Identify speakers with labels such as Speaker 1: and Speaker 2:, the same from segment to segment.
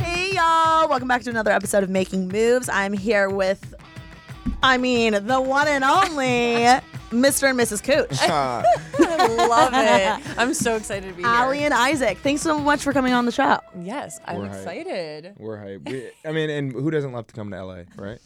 Speaker 1: Hey y'all, welcome back to another episode of Making Moves. I'm here with, I mean, the one and only Mr. and Mrs. Cooch,
Speaker 2: Love it. I'm so excited to be here.
Speaker 1: Allie and Isaac. Thanks so much for coming on the show.
Speaker 2: Yes, I'm
Speaker 3: We're hyped.
Speaker 2: excited.
Speaker 3: We're hype. We- I mean, and who doesn't love to come to LA, right?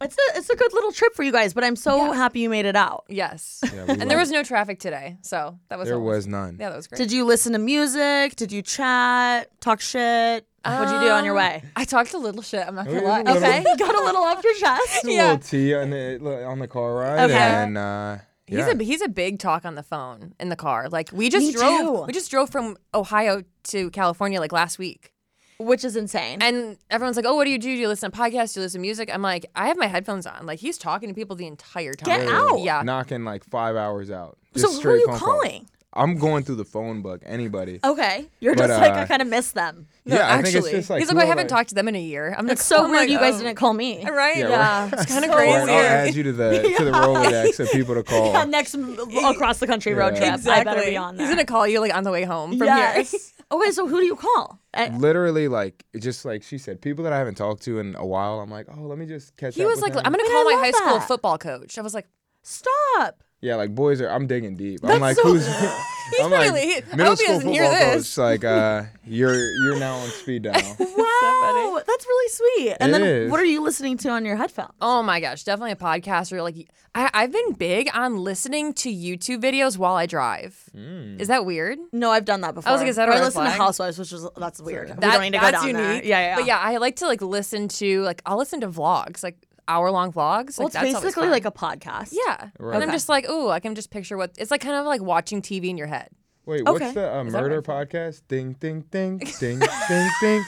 Speaker 1: It's a it's a good little trip for you guys, but I'm so happy you made it out.
Speaker 2: Yes.
Speaker 3: we
Speaker 2: and there
Speaker 3: love
Speaker 2: was no traffic today, so that was
Speaker 3: There
Speaker 2: always-
Speaker 3: was none.
Speaker 2: Yeah, that was great.
Speaker 1: Did you listen to music? Did you chat? Talk shit? What'd you do on your way?
Speaker 2: I talked a little shit. I'm not gonna
Speaker 3: Oh, we
Speaker 2: lie.
Speaker 3: did a little-
Speaker 1: Okay, Um, got a little off your chest.
Speaker 3: Just a
Speaker 2: Yeah.
Speaker 3: little tea on the on the car ride,
Speaker 1: Okay.
Speaker 3: and uh,
Speaker 2: He's
Speaker 3: yeah.
Speaker 2: a he's a big talk on the phone in the car. Like we just
Speaker 1: Me
Speaker 2: drove
Speaker 1: too.
Speaker 2: we just drove from Ohio to California like last week.
Speaker 1: Which is insane.
Speaker 2: And everyone's like, "Oh, what do you do? Do you listen to podcasts? Do you listen to music?" I'm like, "I have my headphones on." Like he's talking to people the entire time.
Speaker 1: Get out.
Speaker 2: Yeah.
Speaker 3: knocking like five hours out.
Speaker 1: so
Speaker 3: Just
Speaker 1: who are
Speaker 3: straight
Speaker 1: you
Speaker 3: phone calls.
Speaker 1: calling?
Speaker 3: I'm going through the phone book. Anybody?
Speaker 1: Okay, you're
Speaker 3: But,
Speaker 1: just like
Speaker 3: uh,
Speaker 1: I kind of miss them.
Speaker 3: yeah, I
Speaker 2: Uh, actually.
Speaker 3: think it's just like
Speaker 2: he's like, "I
Speaker 3: whoever-
Speaker 2: haven't talked to them in a year." I'm like,
Speaker 1: It's so
Speaker 2: "Oh my
Speaker 1: weird you guys
Speaker 2: God."
Speaker 1: didn't call me.
Speaker 2: Right?
Speaker 3: Yeah,
Speaker 2: Yeah.
Speaker 3: right.
Speaker 2: It's kind of
Speaker 1: So
Speaker 3: Or
Speaker 2: crazy.
Speaker 3: I'll add you to the to the
Speaker 1: Yeah.
Speaker 3: Rolodex of people to call.
Speaker 1: Yeah, next m- across the country road
Speaker 3: Yeah.
Speaker 1: trip. I
Speaker 2: Exactly.
Speaker 1: better be on there.
Speaker 2: He's gonna call you like on the way home from here.
Speaker 1: yes. okay, so who do you call? Uh,
Speaker 3: Mm.
Speaker 1: I,
Speaker 3: Literally, like it just like she said, people that I haven't talked to in a while. I'm like, oh, let me just catch.
Speaker 2: He
Speaker 3: up
Speaker 2: was
Speaker 3: with
Speaker 2: like,
Speaker 3: them."
Speaker 2: "I'm gonna
Speaker 1: But
Speaker 2: call
Speaker 1: I
Speaker 2: my
Speaker 1: love
Speaker 2: high school
Speaker 1: that.
Speaker 2: football coach." I was like,
Speaker 1: stop.
Speaker 3: Yeah, like boys are. I'm digging deep.
Speaker 1: That's
Speaker 3: I'm like,
Speaker 1: so-
Speaker 3: who's? I'm like,
Speaker 2: probably- I hope he
Speaker 3: middle school
Speaker 2: doesn't hear
Speaker 3: football
Speaker 2: this.
Speaker 3: coach. Like, uh, you're you're now on speed dial.
Speaker 1: Wow, that's really sweet. And
Speaker 3: It
Speaker 1: then
Speaker 3: is.
Speaker 1: what are you listening to on your headphone?
Speaker 2: "Oh my gosh, definitely a podcast." Or like, I, I've been big on listening to YouTube videos while I drive.
Speaker 3: Hmm.
Speaker 2: Is that weird?
Speaker 1: No, I've done that before.
Speaker 2: was like, is that
Speaker 1: Or
Speaker 2: a
Speaker 1: I
Speaker 2: red
Speaker 1: listen to
Speaker 2: flag?
Speaker 1: Housewives, which is that's weird. we
Speaker 2: That-
Speaker 1: don't need to go
Speaker 2: that's
Speaker 1: down there.
Speaker 2: unique.
Speaker 1: Yeah, yeah,
Speaker 2: But yeah, I like to like listen to like I'll listen to vlogs, like hour long vlogs.
Speaker 1: Well,
Speaker 2: like,
Speaker 1: it's
Speaker 2: that's always
Speaker 1: basically
Speaker 2: fun.
Speaker 1: like a podcast.
Speaker 2: yeah. And I'm just like, ooh, I can just picture what it's like. Kind of like watching TV in your head.
Speaker 3: Wait,
Speaker 1: Okay.
Speaker 3: what's the uh,
Speaker 2: that
Speaker 3: murder podcast? Ding, ding, ding, ding, ding, ding.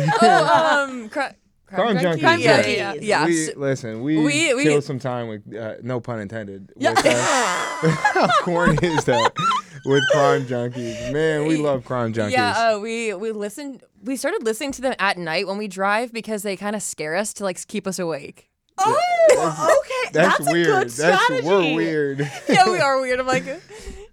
Speaker 2: oh,
Speaker 1: Uh,
Speaker 2: um, cr-
Speaker 3: Crime junkies.
Speaker 1: Crime
Speaker 2: Yeah,
Speaker 1: junkies.
Speaker 2: yeah, yeah.
Speaker 3: We,
Speaker 2: So-
Speaker 3: listen, we,
Speaker 2: We- we-
Speaker 3: killed some time with, uh, no pun intended. With, uh, how corny is that? With crime junkies, man, we love crime junkies.
Speaker 2: Yeah, uh, we we listened. We started listening to them at night when we drive because they kind of scare us to like keep us awake.
Speaker 1: Oh, okay.
Speaker 3: that's,
Speaker 1: a
Speaker 3: weird.
Speaker 1: good strategy.
Speaker 3: That's we're weird.
Speaker 2: yeah, we are weird. I'm like,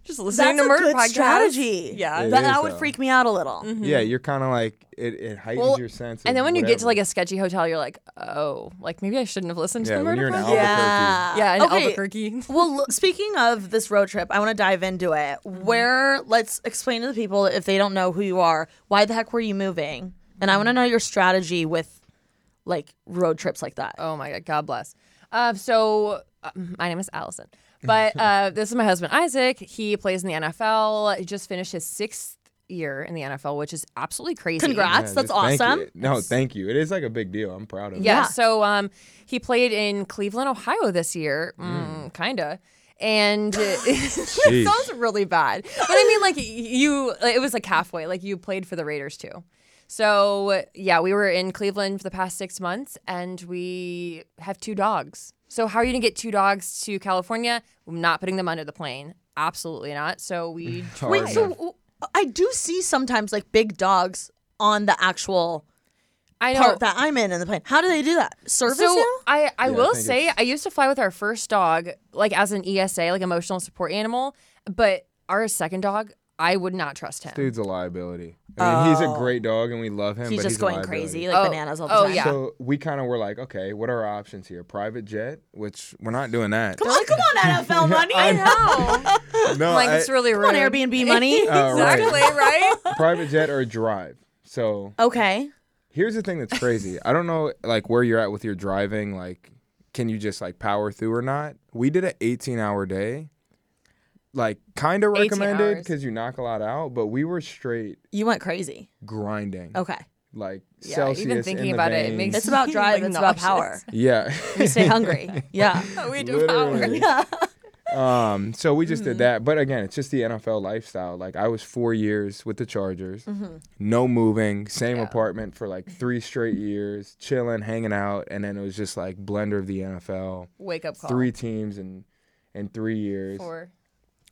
Speaker 2: just listening
Speaker 1: That's a
Speaker 2: to murder
Speaker 1: good
Speaker 2: podcasts.
Speaker 1: strategy.
Speaker 2: Yeah.
Speaker 1: That,
Speaker 3: It
Speaker 1: that
Speaker 3: is,
Speaker 1: would
Speaker 3: though.
Speaker 1: freak me out a little.
Speaker 3: Yeah, you're kind of like it. It heightens
Speaker 2: Mm-hmm. Well,
Speaker 3: your sense.
Speaker 2: and
Speaker 3: of
Speaker 2: then when you get to
Speaker 3: whatever.
Speaker 2: like a sketchy hotel, you're like, oh, like maybe I shouldn't have listened
Speaker 3: yeah,
Speaker 2: to the
Speaker 3: when
Speaker 2: murder
Speaker 3: you're in
Speaker 2: podcast.
Speaker 3: Albuquerque.
Speaker 1: Yeah.
Speaker 2: Yeah, in
Speaker 1: Okay.
Speaker 2: Albuquerque.
Speaker 1: Well, l- speaking of this road trip, I want to dive into it.
Speaker 2: Mm-hmm.
Speaker 1: Where let's explain to the people if they don't know who you are, why the heck were you moving? And I want to know your strategy with like road trips like that.
Speaker 2: Oh my God, God bless. Uh, so uh, my name is Allison, but uh, this is my husband Isaac. He plays in the NFL. He just finished his sixth year in the NFL, which is absolutely crazy.
Speaker 1: Congrats.
Speaker 3: Yeah,
Speaker 1: That's
Speaker 3: just thank you.
Speaker 1: awesome.
Speaker 3: No, thank you. It is like a big deal. I'm proud of it.
Speaker 2: Yeah.
Speaker 1: Yeah.
Speaker 2: So um, he played in Cleveland, Ohio this year, mm, kinda. And it sounds really bad, but I mean, like you, it was like halfway. Like you played for the Raiders too. So yeah, we were in Cleveland for the past six months, and we have two dogs. So how are you gonna get two dogs to California? I'm not putting them under the plane. Absolutely not. So we
Speaker 1: Wait,
Speaker 3: Hard
Speaker 1: so
Speaker 3: enough.
Speaker 1: w- I do see sometimes like big dogs on the actual
Speaker 2: I know
Speaker 1: part that I'm in in the plane. How do they do that? Service
Speaker 2: So
Speaker 1: now?
Speaker 2: I, I will
Speaker 3: think
Speaker 2: say I used to fly with our first dog like as an ESA like emotional support animal, but our second dog I would not trust him.
Speaker 3: dude's a liability. I mean, he's a great dog and we love him.
Speaker 1: Oh. He's
Speaker 3: but
Speaker 1: just
Speaker 3: a
Speaker 1: going
Speaker 3: liability.
Speaker 1: crazy, like
Speaker 2: Oh,
Speaker 1: bananas all the
Speaker 2: oh,
Speaker 1: time.
Speaker 2: yeah.
Speaker 3: So we kind of were like, okay, what are our options here? Private jet, which we're not doing that.
Speaker 1: Come on, come on, NFL money.
Speaker 3: I
Speaker 2: Oh,
Speaker 3: No,
Speaker 2: like
Speaker 3: I-
Speaker 2: it's really rude.
Speaker 1: Come on, Airbnb money.
Speaker 3: uh, right.
Speaker 2: Exactly right.
Speaker 3: Private jet or drive. So
Speaker 1: okay.
Speaker 3: here's the thing that's crazy. I don't know like where you're at with your driving. Like, can you just like power through or not? We did an 18 hour day. Like, kind of
Speaker 2: 18 hours.
Speaker 3: recommended because you knock a lot out, but we were straight
Speaker 1: You went crazy.
Speaker 3: grinding.
Speaker 1: Okay.
Speaker 3: like
Speaker 2: Oh, Yeah,
Speaker 3: Celsius.
Speaker 2: even thinking
Speaker 3: in the
Speaker 2: about it, it
Speaker 3: veins.
Speaker 2: makes-
Speaker 1: It's about drive.
Speaker 2: Like
Speaker 1: it's about
Speaker 2: nauseous.
Speaker 1: power.
Speaker 3: yeah.
Speaker 1: We stay hungry. Yeah.
Speaker 2: we
Speaker 3: Literally. um, so we just
Speaker 2: Hmm.
Speaker 3: did that, but again, it's just the NFL lifestyle. Like I was four years with the Chargers,
Speaker 2: Mm-hmm.
Speaker 3: no moving, same apartment for like three straight years, chilling, hanging out, and then it was just like blender of the NFL,
Speaker 2: Wake up call.
Speaker 3: three teams in in three years,
Speaker 2: Four.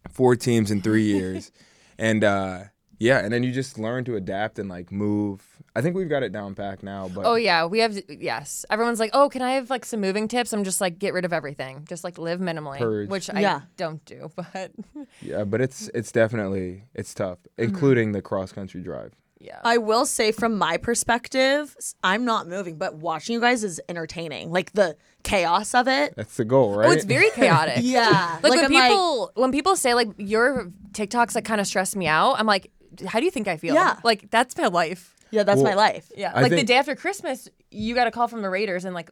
Speaker 3: four teams in three years, and uh, yeah, and then you just learn to adapt and like move. I think we've got it down pack now, but
Speaker 2: Oh yeah, we have yes. Everyone's like, "Oh, can I have like some moving tips?" I'm just like, "Get rid of everything. Just like live minimally,"
Speaker 3: Purge.
Speaker 2: which I
Speaker 1: Yeah.
Speaker 2: don't do. But
Speaker 3: yeah, but it's it's definitely it's tough,
Speaker 2: Mm-hmm.
Speaker 3: including the cross country drive.
Speaker 2: yeah.
Speaker 1: I will say, from my perspective, s- I'm not moving, but watching you guys is entertaining. Like the chaos of it.
Speaker 3: That's the goal, right?
Speaker 2: Oh, it's very chaotic.
Speaker 1: Yeah.
Speaker 2: Like, when
Speaker 1: I'm
Speaker 2: people when people say like your TikToks like kind of stress me out, I'm like, how do you think I feel?
Speaker 1: Yeah.
Speaker 2: Like that's my life.
Speaker 1: yeah, that's my
Speaker 3: Well,
Speaker 1: life.
Speaker 2: Yeah.
Speaker 3: I
Speaker 2: like the
Speaker 3: think-
Speaker 2: day after Christmas, you got a call from the Raiders and like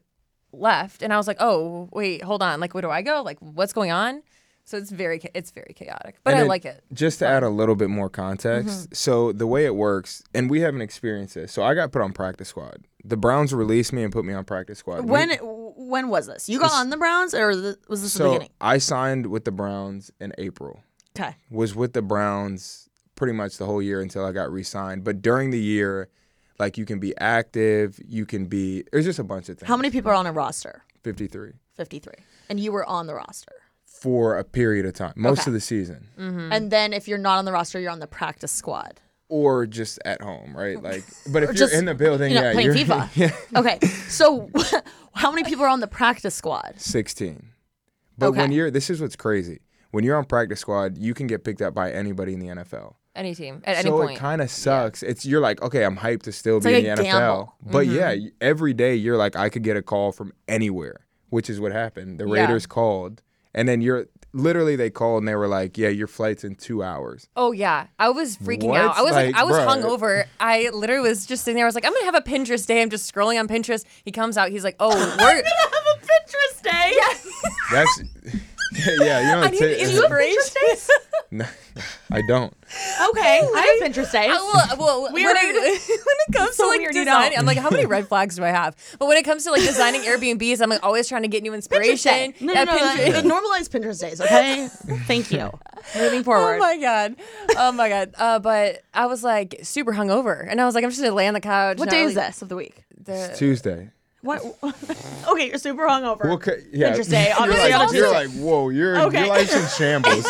Speaker 2: left, and I was like, oh wait, hold on, like where do I go? Like what's going on? So it's very cha- it's very chaotic, but
Speaker 3: And
Speaker 2: I
Speaker 3: then
Speaker 2: like it.
Speaker 3: Just to add a little bit more context,
Speaker 1: Mm-hmm.
Speaker 3: so the way it works, and we haven't experienced this. So I got put on practice squad. The Browns released me and put me on practice squad.
Speaker 1: When
Speaker 3: We-
Speaker 1: when was this? You got on the Browns, or th- was this the
Speaker 3: so
Speaker 1: beginning?
Speaker 3: I signed with the Browns in April.
Speaker 1: Okay.
Speaker 3: Was with the Browns pretty much the whole year until I got re-signed. But during the year, like you can be active, you can be. There's just a bunch of things.
Speaker 1: How many people are on a roster?
Speaker 3: Fifty-three
Speaker 1: Fifty-three, and you were on the roster.
Speaker 3: for a period of time, most
Speaker 1: Okay. Mm.
Speaker 3: of the season,
Speaker 2: Hmm.
Speaker 1: And then if you're not on the roster, you're on the practice squad.
Speaker 3: or just at home, right? Like, but if you're
Speaker 1: just,
Speaker 3: in the building,
Speaker 1: You know,
Speaker 3: yeah,
Speaker 1: playing
Speaker 3: you're
Speaker 1: FIFA.
Speaker 3: yeah.
Speaker 1: Okay, so how many people are on the practice squad?
Speaker 3: 16. But when
Speaker 1: Okay.
Speaker 3: you're, this is what's crazy. When you're on practice squad, you can get picked up by anybody in the NFL.
Speaker 2: Any team at any
Speaker 3: so
Speaker 2: point.
Speaker 3: it kind of sucks. It's you're like, okay, I'm hyped to still be
Speaker 1: like
Speaker 3: in
Speaker 1: a
Speaker 3: the NFL.
Speaker 1: gamble.
Speaker 3: But yeah,
Speaker 2: Mm-hmm.
Speaker 3: y- every day you're like, I could get a call from anywhere, which is what happened. The
Speaker 2: Yeah.
Speaker 3: Raiders called, and then you're literally they called and they were like, yeah, your flight's in two hours.
Speaker 2: Oh yeah, I was freaking
Speaker 3: What?
Speaker 2: out. I was like,
Speaker 3: Like,
Speaker 2: I was
Speaker 3: bruh.
Speaker 2: hungover. I literally was just sitting there. I was like, I'm gonna have a Pinterest day. I'm just scrolling on Pinterest. He comes out. He's like, Oh, we're.
Speaker 1: have a Pinterest day. Yes.
Speaker 3: That's yeah, you know.
Speaker 2: I
Speaker 3: It's,
Speaker 2: need inspiration.
Speaker 3: I don't.
Speaker 1: Okay, I have Pinterest days.
Speaker 2: well, well when, I, when it comes
Speaker 1: so
Speaker 2: to like
Speaker 1: weird, you
Speaker 2: designing,
Speaker 1: don't.
Speaker 2: I'm like, how many red flags do I have? But when it comes to like designing Airbnbs, I'm like always trying to get new inspiration.
Speaker 1: No,
Speaker 2: Yeah,
Speaker 1: no, no,
Speaker 2: Pinterest.
Speaker 1: the- the normalized Pinterest days. Okay, thank you. Moving forward.
Speaker 2: Oh my god. Oh my god. Uh, but I was like super hungover, and I was like, I'm just gonna lay on the couch.
Speaker 1: what
Speaker 2: not
Speaker 1: day is
Speaker 2: really-
Speaker 1: this of the week?
Speaker 3: It's Tuesday.
Speaker 1: What? okay, you're super hungover.
Speaker 3: Well, ca- yeah.
Speaker 1: Pinterest day,
Speaker 3: You're
Speaker 1: obviously
Speaker 3: like,
Speaker 1: on a
Speaker 3: you're
Speaker 1: Tuesday.
Speaker 3: like, whoa, you're, your
Speaker 1: Okay.
Speaker 3: life's in shambles.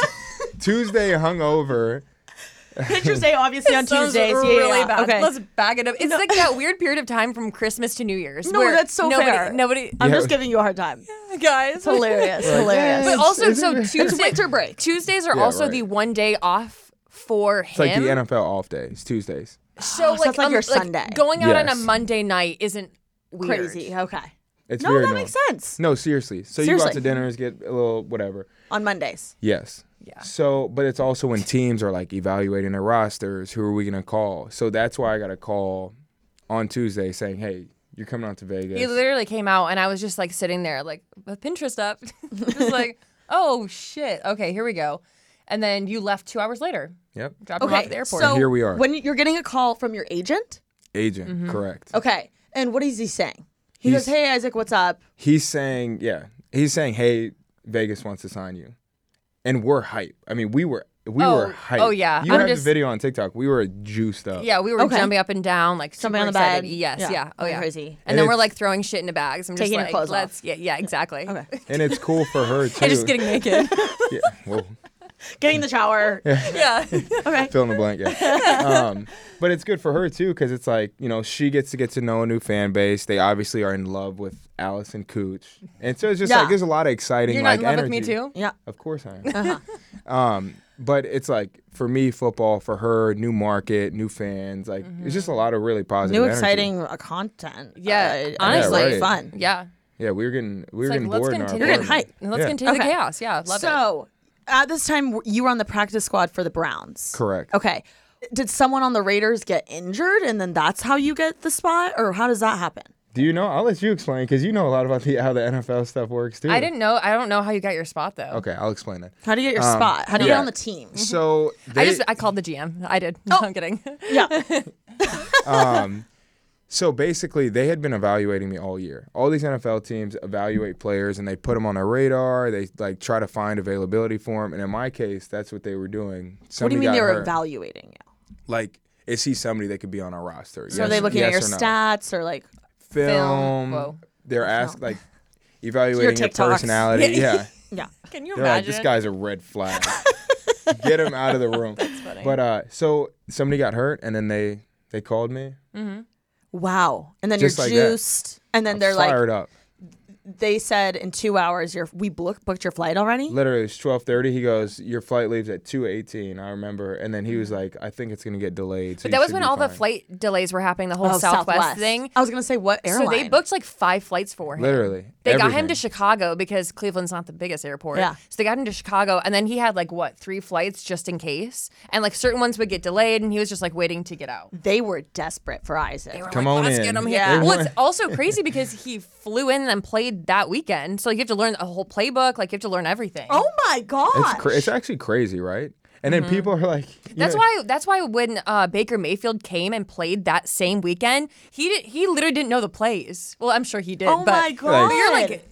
Speaker 3: Tuesday hungover.
Speaker 1: Pinterest day, obviously on
Speaker 2: Sounds
Speaker 1: Tuesdays. Yeah,
Speaker 2: really
Speaker 1: yeah,
Speaker 2: bad.
Speaker 1: Okay.
Speaker 2: Let's bag it up. It's like that weird period of time from Christmas to New Year's.
Speaker 1: No,
Speaker 2: where
Speaker 1: that's so
Speaker 2: nobody,
Speaker 1: fair.
Speaker 2: Nobody,
Speaker 1: I'm
Speaker 3: Yeah.
Speaker 1: just giving you a hard time.
Speaker 2: guys.
Speaker 1: Hilarious, hilarious.
Speaker 2: But also, so
Speaker 1: It's
Speaker 2: Tuesday,
Speaker 1: winter break.
Speaker 2: Tuesdays are
Speaker 3: Yeah,
Speaker 2: also
Speaker 3: right.
Speaker 2: the one day off for
Speaker 3: It's
Speaker 2: him.
Speaker 3: like the NFL off day. It's Tuesdays.
Speaker 2: So,
Speaker 1: Oh, so it's like
Speaker 2: on-
Speaker 1: your Sunday.
Speaker 2: Going out on a
Speaker 3: Yes.
Speaker 2: Monday night isn't weird.
Speaker 1: Crazy. Okay.
Speaker 3: It's
Speaker 1: No,
Speaker 3: weird.
Speaker 1: that makes sense.
Speaker 3: No, seriously. So you go out
Speaker 1: Seriously.
Speaker 3: to dinners, get a little whatever.
Speaker 1: On Mondays.
Speaker 3: Yes. Yeah. So, but it's also when teams are like evaluating their rosters. Who are we gonna call? So that's why I got a call on Tuesday saying, "Hey, you're coming out to Vegas."
Speaker 2: He literally came out, and I was just like sitting there, like with Pinterest up, just like, oh shit, okay, here we go. And then you left two hours later,
Speaker 3: Yep.
Speaker 2: dropped him off
Speaker 1: Okay.
Speaker 2: at the airport.
Speaker 1: So
Speaker 3: here we are.
Speaker 1: When you're getting a call from your agent.
Speaker 3: Agent.
Speaker 1: Mm-hmm.
Speaker 3: Correct.
Speaker 1: Okay. And what is he saying? He
Speaker 3: He's-
Speaker 1: goes, "Hey Isaac, what's up?"
Speaker 3: he's saying, yeah, he's saying, hey, Vegas wants to sign you, and we're hype. I mean, we were, we
Speaker 2: Oh,
Speaker 3: were hype.
Speaker 2: oh, yeah.
Speaker 3: you
Speaker 2: I'm
Speaker 3: have
Speaker 2: just-
Speaker 3: the video on TikTok. We were juiced up.
Speaker 2: yeah, we were
Speaker 1: Okay.
Speaker 2: jumping up and down, like
Speaker 1: Jumping
Speaker 2: super
Speaker 1: on the bed.
Speaker 2: excited. Yes, yeah,
Speaker 1: Yeah.
Speaker 2: oh yeah,
Speaker 1: Crazy.
Speaker 2: And,
Speaker 3: And
Speaker 2: then we're
Speaker 3: it's-
Speaker 2: like throwing shit into bags. I'm just
Speaker 1: Taking your
Speaker 2: like,
Speaker 1: clothes off.
Speaker 2: let's, yeah, yeah, exactly.
Speaker 1: Okay.
Speaker 3: and it's cool for her too.
Speaker 2: And just getting naked.
Speaker 3: yeah, well,
Speaker 1: Getting in the shower.
Speaker 2: yeah.
Speaker 3: fill in the blank. Yeah. Um, but it's good for her too because it's like you know she gets to get to know a new fan base. They obviously are in love with Allison Cooch, and so it's just
Speaker 1: Yeah.
Speaker 3: like there's a lot of exciting.
Speaker 2: You're not
Speaker 3: like,
Speaker 2: in love with me
Speaker 3: energy.
Speaker 2: too?
Speaker 1: Yeah.
Speaker 3: Of course I am.
Speaker 1: Uh-huh.
Speaker 3: Um, but it's like for me, football for her, new market, new fans. Like it's just a lot of really positive.
Speaker 1: Mm-hmm. New
Speaker 3: energy.
Speaker 1: exciting uh, content.
Speaker 2: Yeah,
Speaker 1: it's
Speaker 2: honestly.
Speaker 3: Yeah, right.
Speaker 1: fun.
Speaker 2: Yeah.
Speaker 3: Yeah, we were getting we were
Speaker 2: It's
Speaker 3: getting
Speaker 2: like, let's
Speaker 3: bored. in our
Speaker 2: continue.
Speaker 1: You're getting
Speaker 3: apartment.
Speaker 1: hype.
Speaker 2: Let's
Speaker 3: Yeah.
Speaker 2: continue the
Speaker 1: Okay.
Speaker 2: chaos. Yeah, love it.
Speaker 1: so, at this time, w- you were on the practice squad for the Browns.
Speaker 3: Correct.
Speaker 1: Okay. Did someone on the Raiders get injured, and then that's how you get the spot, or how does that happen?
Speaker 3: Do you know? I'll let you explain because you know a lot about the, how the NFL stuff works too.
Speaker 2: I didn't know. I don't know how you got your spot though.
Speaker 3: Okay, I'll explain that.
Speaker 1: How do you get your spot? How do you get
Speaker 3: Um, yeah.
Speaker 1: on the team?
Speaker 3: So they,
Speaker 2: I just I called the GM. I did. No, I'm kidding.
Speaker 1: Yeah.
Speaker 3: um, So basically, they had been evaluating me all year. All these NFL teams evaluate players and they put them on their radar. They like try to find availability for them. And in my case, that's what they were doing.
Speaker 1: What do
Speaker 3: Somebody
Speaker 1: you mean
Speaker 3: got
Speaker 1: they were
Speaker 3: hurt.
Speaker 1: evaluating you?
Speaker 3: like, is he somebody that could be on our roster?
Speaker 1: So are they looking at your
Speaker 3: or no?
Speaker 1: stats or like?
Speaker 3: Film.
Speaker 2: Whoa.
Speaker 3: They're asked like evaluating your,
Speaker 1: TikToks.
Speaker 3: personality. Yeah.
Speaker 1: Yeah.
Speaker 2: Can you
Speaker 3: They're like,
Speaker 2: imagine?
Speaker 3: this guy's a red flag. Get him out of the room. That's funny. But uh, so somebody got hurt, and then they they called me.
Speaker 1: Wow. And then
Speaker 3: Just
Speaker 1: you're
Speaker 3: like that.
Speaker 1: juiced. And then they're
Speaker 3: fired
Speaker 1: like,
Speaker 3: up.
Speaker 1: they said in two hours, you're we booked booked your flight already.
Speaker 3: Literally, it's twelve thirty. He goes, "Your flight leaves at two eighteen. I remember. And then he was like, "I think it's gonna get delayed." so
Speaker 2: Mm-hmm. But
Speaker 3: you
Speaker 2: that was
Speaker 3: should
Speaker 2: when
Speaker 3: be
Speaker 2: all the
Speaker 3: fine."
Speaker 2: flight delays were happening, the whole
Speaker 1: Oh,
Speaker 2: Southwest, thing.
Speaker 1: I was gonna say what airline?
Speaker 2: So they booked like five flights for him.
Speaker 3: Literally,
Speaker 2: They got him to
Speaker 3: everything.
Speaker 2: Chicago because Cleveland's not the biggest airport.
Speaker 1: Yeah.
Speaker 2: So they got him to Chicago, and then he had like what three flights just in case, and like certain ones would get delayed, and he was just like waiting to get out.
Speaker 1: They were desperate for Isaac.
Speaker 3: Come on
Speaker 2: Let's
Speaker 3: in.
Speaker 2: get him here.
Speaker 1: Yeah.
Speaker 2: Well, it's also crazy because he flew in and played that weekend, so like, you have to learn a whole playbook. Like you have to learn everything.
Speaker 1: oh my god!
Speaker 3: It's, cra- it's actually crazy, right? And then people are like, you
Speaker 2: Mm-hmm. That's
Speaker 3: know-
Speaker 2: why. That's why when uh, Baker Mayfield came and played that same weekend, he did, he literally didn't know the plays. Well, I'm sure he did.
Speaker 1: Oh
Speaker 2: but
Speaker 1: my god!
Speaker 3: But
Speaker 2: You're like,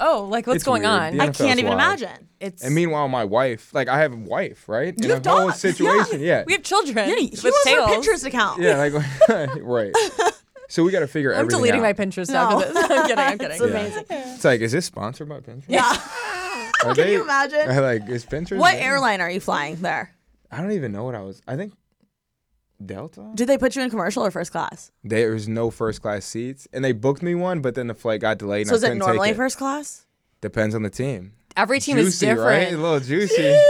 Speaker 2: oh, like what's
Speaker 3: It's
Speaker 2: going
Speaker 3: weird.
Speaker 2: on?
Speaker 3: The
Speaker 1: I
Speaker 3: NFL's
Speaker 1: can't even
Speaker 3: wild.
Speaker 1: imagine.
Speaker 2: It's
Speaker 3: And meanwhile, my wife, like, I have a wife, right? You
Speaker 1: have
Speaker 3: whole
Speaker 1: dogs.
Speaker 3: situation, yeah.
Speaker 2: we have children.
Speaker 1: Yeah, he
Speaker 2: with
Speaker 1: was her
Speaker 2: tails.
Speaker 1: Pinterest account.
Speaker 3: Yeah, like, right. So we got to figure
Speaker 2: I'm
Speaker 3: everything
Speaker 2: deleting my
Speaker 3: out.
Speaker 2: Pinterest
Speaker 1: No.
Speaker 2: after this. I'm kidding. I'm kidding.
Speaker 1: It's amazing.
Speaker 3: It's like, is this sponsored by Pinterest?
Speaker 1: Yeah.
Speaker 3: Can
Speaker 1: you imagine?
Speaker 3: like, is Pinterest?
Speaker 1: What
Speaker 3: big?
Speaker 1: airline are you flying there?
Speaker 3: I don't even know what I was. I think Delta.
Speaker 1: Did they put you in commercial or first class?
Speaker 3: There was no first class seats, and they booked me one, but then the flight got delayed. And
Speaker 1: So
Speaker 3: I
Speaker 1: is it
Speaker 3: couldn't
Speaker 1: normally
Speaker 3: take it.
Speaker 1: first class?
Speaker 3: Depends on the team.
Speaker 2: Every team is
Speaker 3: juicy, right? A
Speaker 2: different.
Speaker 3: little juicy.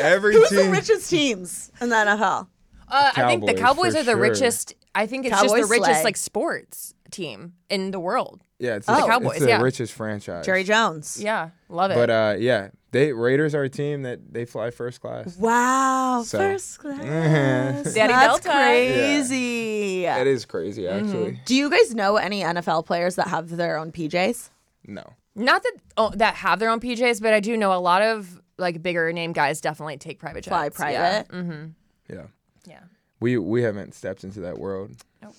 Speaker 3: Every
Speaker 1: Who's the
Speaker 3: team.
Speaker 1: richest teams in the NFL?
Speaker 2: Uh, I think the
Speaker 3: Cowboys,
Speaker 2: Cowboys
Speaker 3: for
Speaker 2: are the
Speaker 3: sure.
Speaker 2: richest. I think it's
Speaker 1: Cowboys
Speaker 2: just the richest
Speaker 1: slay.
Speaker 2: like sports team in the world.
Speaker 3: Yeah, it's
Speaker 2: The
Speaker 3: it's
Speaker 2: Cowboys,
Speaker 3: the
Speaker 2: yeah.
Speaker 3: richest franchise.
Speaker 1: Jerry Jones.
Speaker 2: Yeah, love it.
Speaker 3: But uh, yeah, they Raiders are a team that they fly first class.
Speaker 1: Wow.
Speaker 3: So.
Speaker 1: First class.
Speaker 2: Daddy
Speaker 1: That's
Speaker 2: Delta.
Speaker 1: crazy.
Speaker 3: That is crazy,
Speaker 2: Mm-hmm.
Speaker 3: actually.
Speaker 1: Do you guys know any NFL players that have their own PJs?
Speaker 3: No.
Speaker 2: Not that oh, that have their own PJs, but I do know a lot of like bigger name guys definitely take private jets.
Speaker 1: Fly
Speaker 2: Yeah.
Speaker 1: private.
Speaker 3: Yeah.
Speaker 2: Yeah.
Speaker 3: We we haven't stepped into that world. Nope.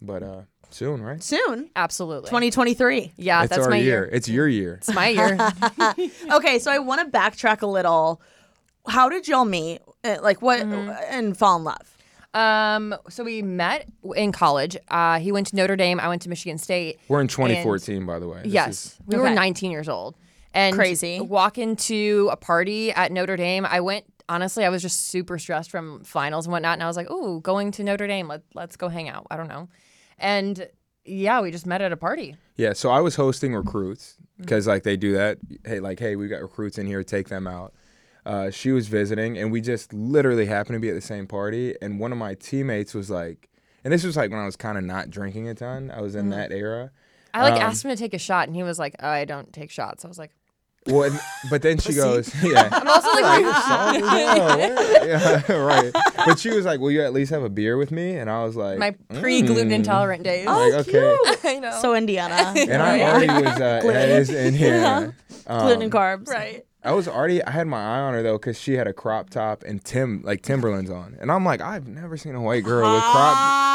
Speaker 3: But uh, soon, right?
Speaker 1: Soon.
Speaker 2: Absolutely.
Speaker 1: 2023.
Speaker 2: Yeah,
Speaker 3: it's
Speaker 2: that's
Speaker 3: our
Speaker 2: my
Speaker 3: year.
Speaker 2: year.
Speaker 3: It's your year.
Speaker 2: It's my year.
Speaker 1: Okay, so I want to backtrack a little. How did y'all meet? Uh, Like what and fall in love?
Speaker 2: um, so we met in college. Uh, he went to Notre Dame. I went to Michigan State.
Speaker 3: We're in 2014, by the way. This
Speaker 2: yes,
Speaker 3: is-
Speaker 2: we
Speaker 1: Okay.
Speaker 2: were 19 years old. And
Speaker 1: Crazy.
Speaker 2: Walk into a party at Notre Dame. I went. Honestly, I was just super stressed from finals and whatnot, and I was like, "Ooh, going to Notre Dame. Let, let's go hang out." I don't know. And yeah, we just met at a party.
Speaker 3: yeah. So I was hosting recruits
Speaker 2: Mm-hmm.
Speaker 3: because like they do that. Hey, like hey, we got recruits in here. Take them out. Uh, she was visiting, and we just literally happened to be at the same party. And one of my teammates was like, and this was like when I was kind of not drinking a ton. I was in
Speaker 2: Mm-hmm.
Speaker 3: that era.
Speaker 2: I like
Speaker 3: Um,
Speaker 2: asked him to take a shot, and he was like, "I don't take shots." I was like,
Speaker 3: Well, and- but then she goes, yeah. I'm also like, yeah, right. But she was like, will you at least have a beer with me? And I was like,
Speaker 2: "My pre-gluten intolerant days."
Speaker 3: like, okay.
Speaker 2: I know.
Speaker 1: So Indiana.
Speaker 3: And I already was, uh, yeah, it is in here. Um,
Speaker 1: gluten and carbs.
Speaker 2: right.
Speaker 3: I was already, I had my eye on her though, because she had a crop top and Tim, like Timberlands on. And I'm like, I've never seen a white girl with
Speaker 1: Ah.
Speaker 3: crop.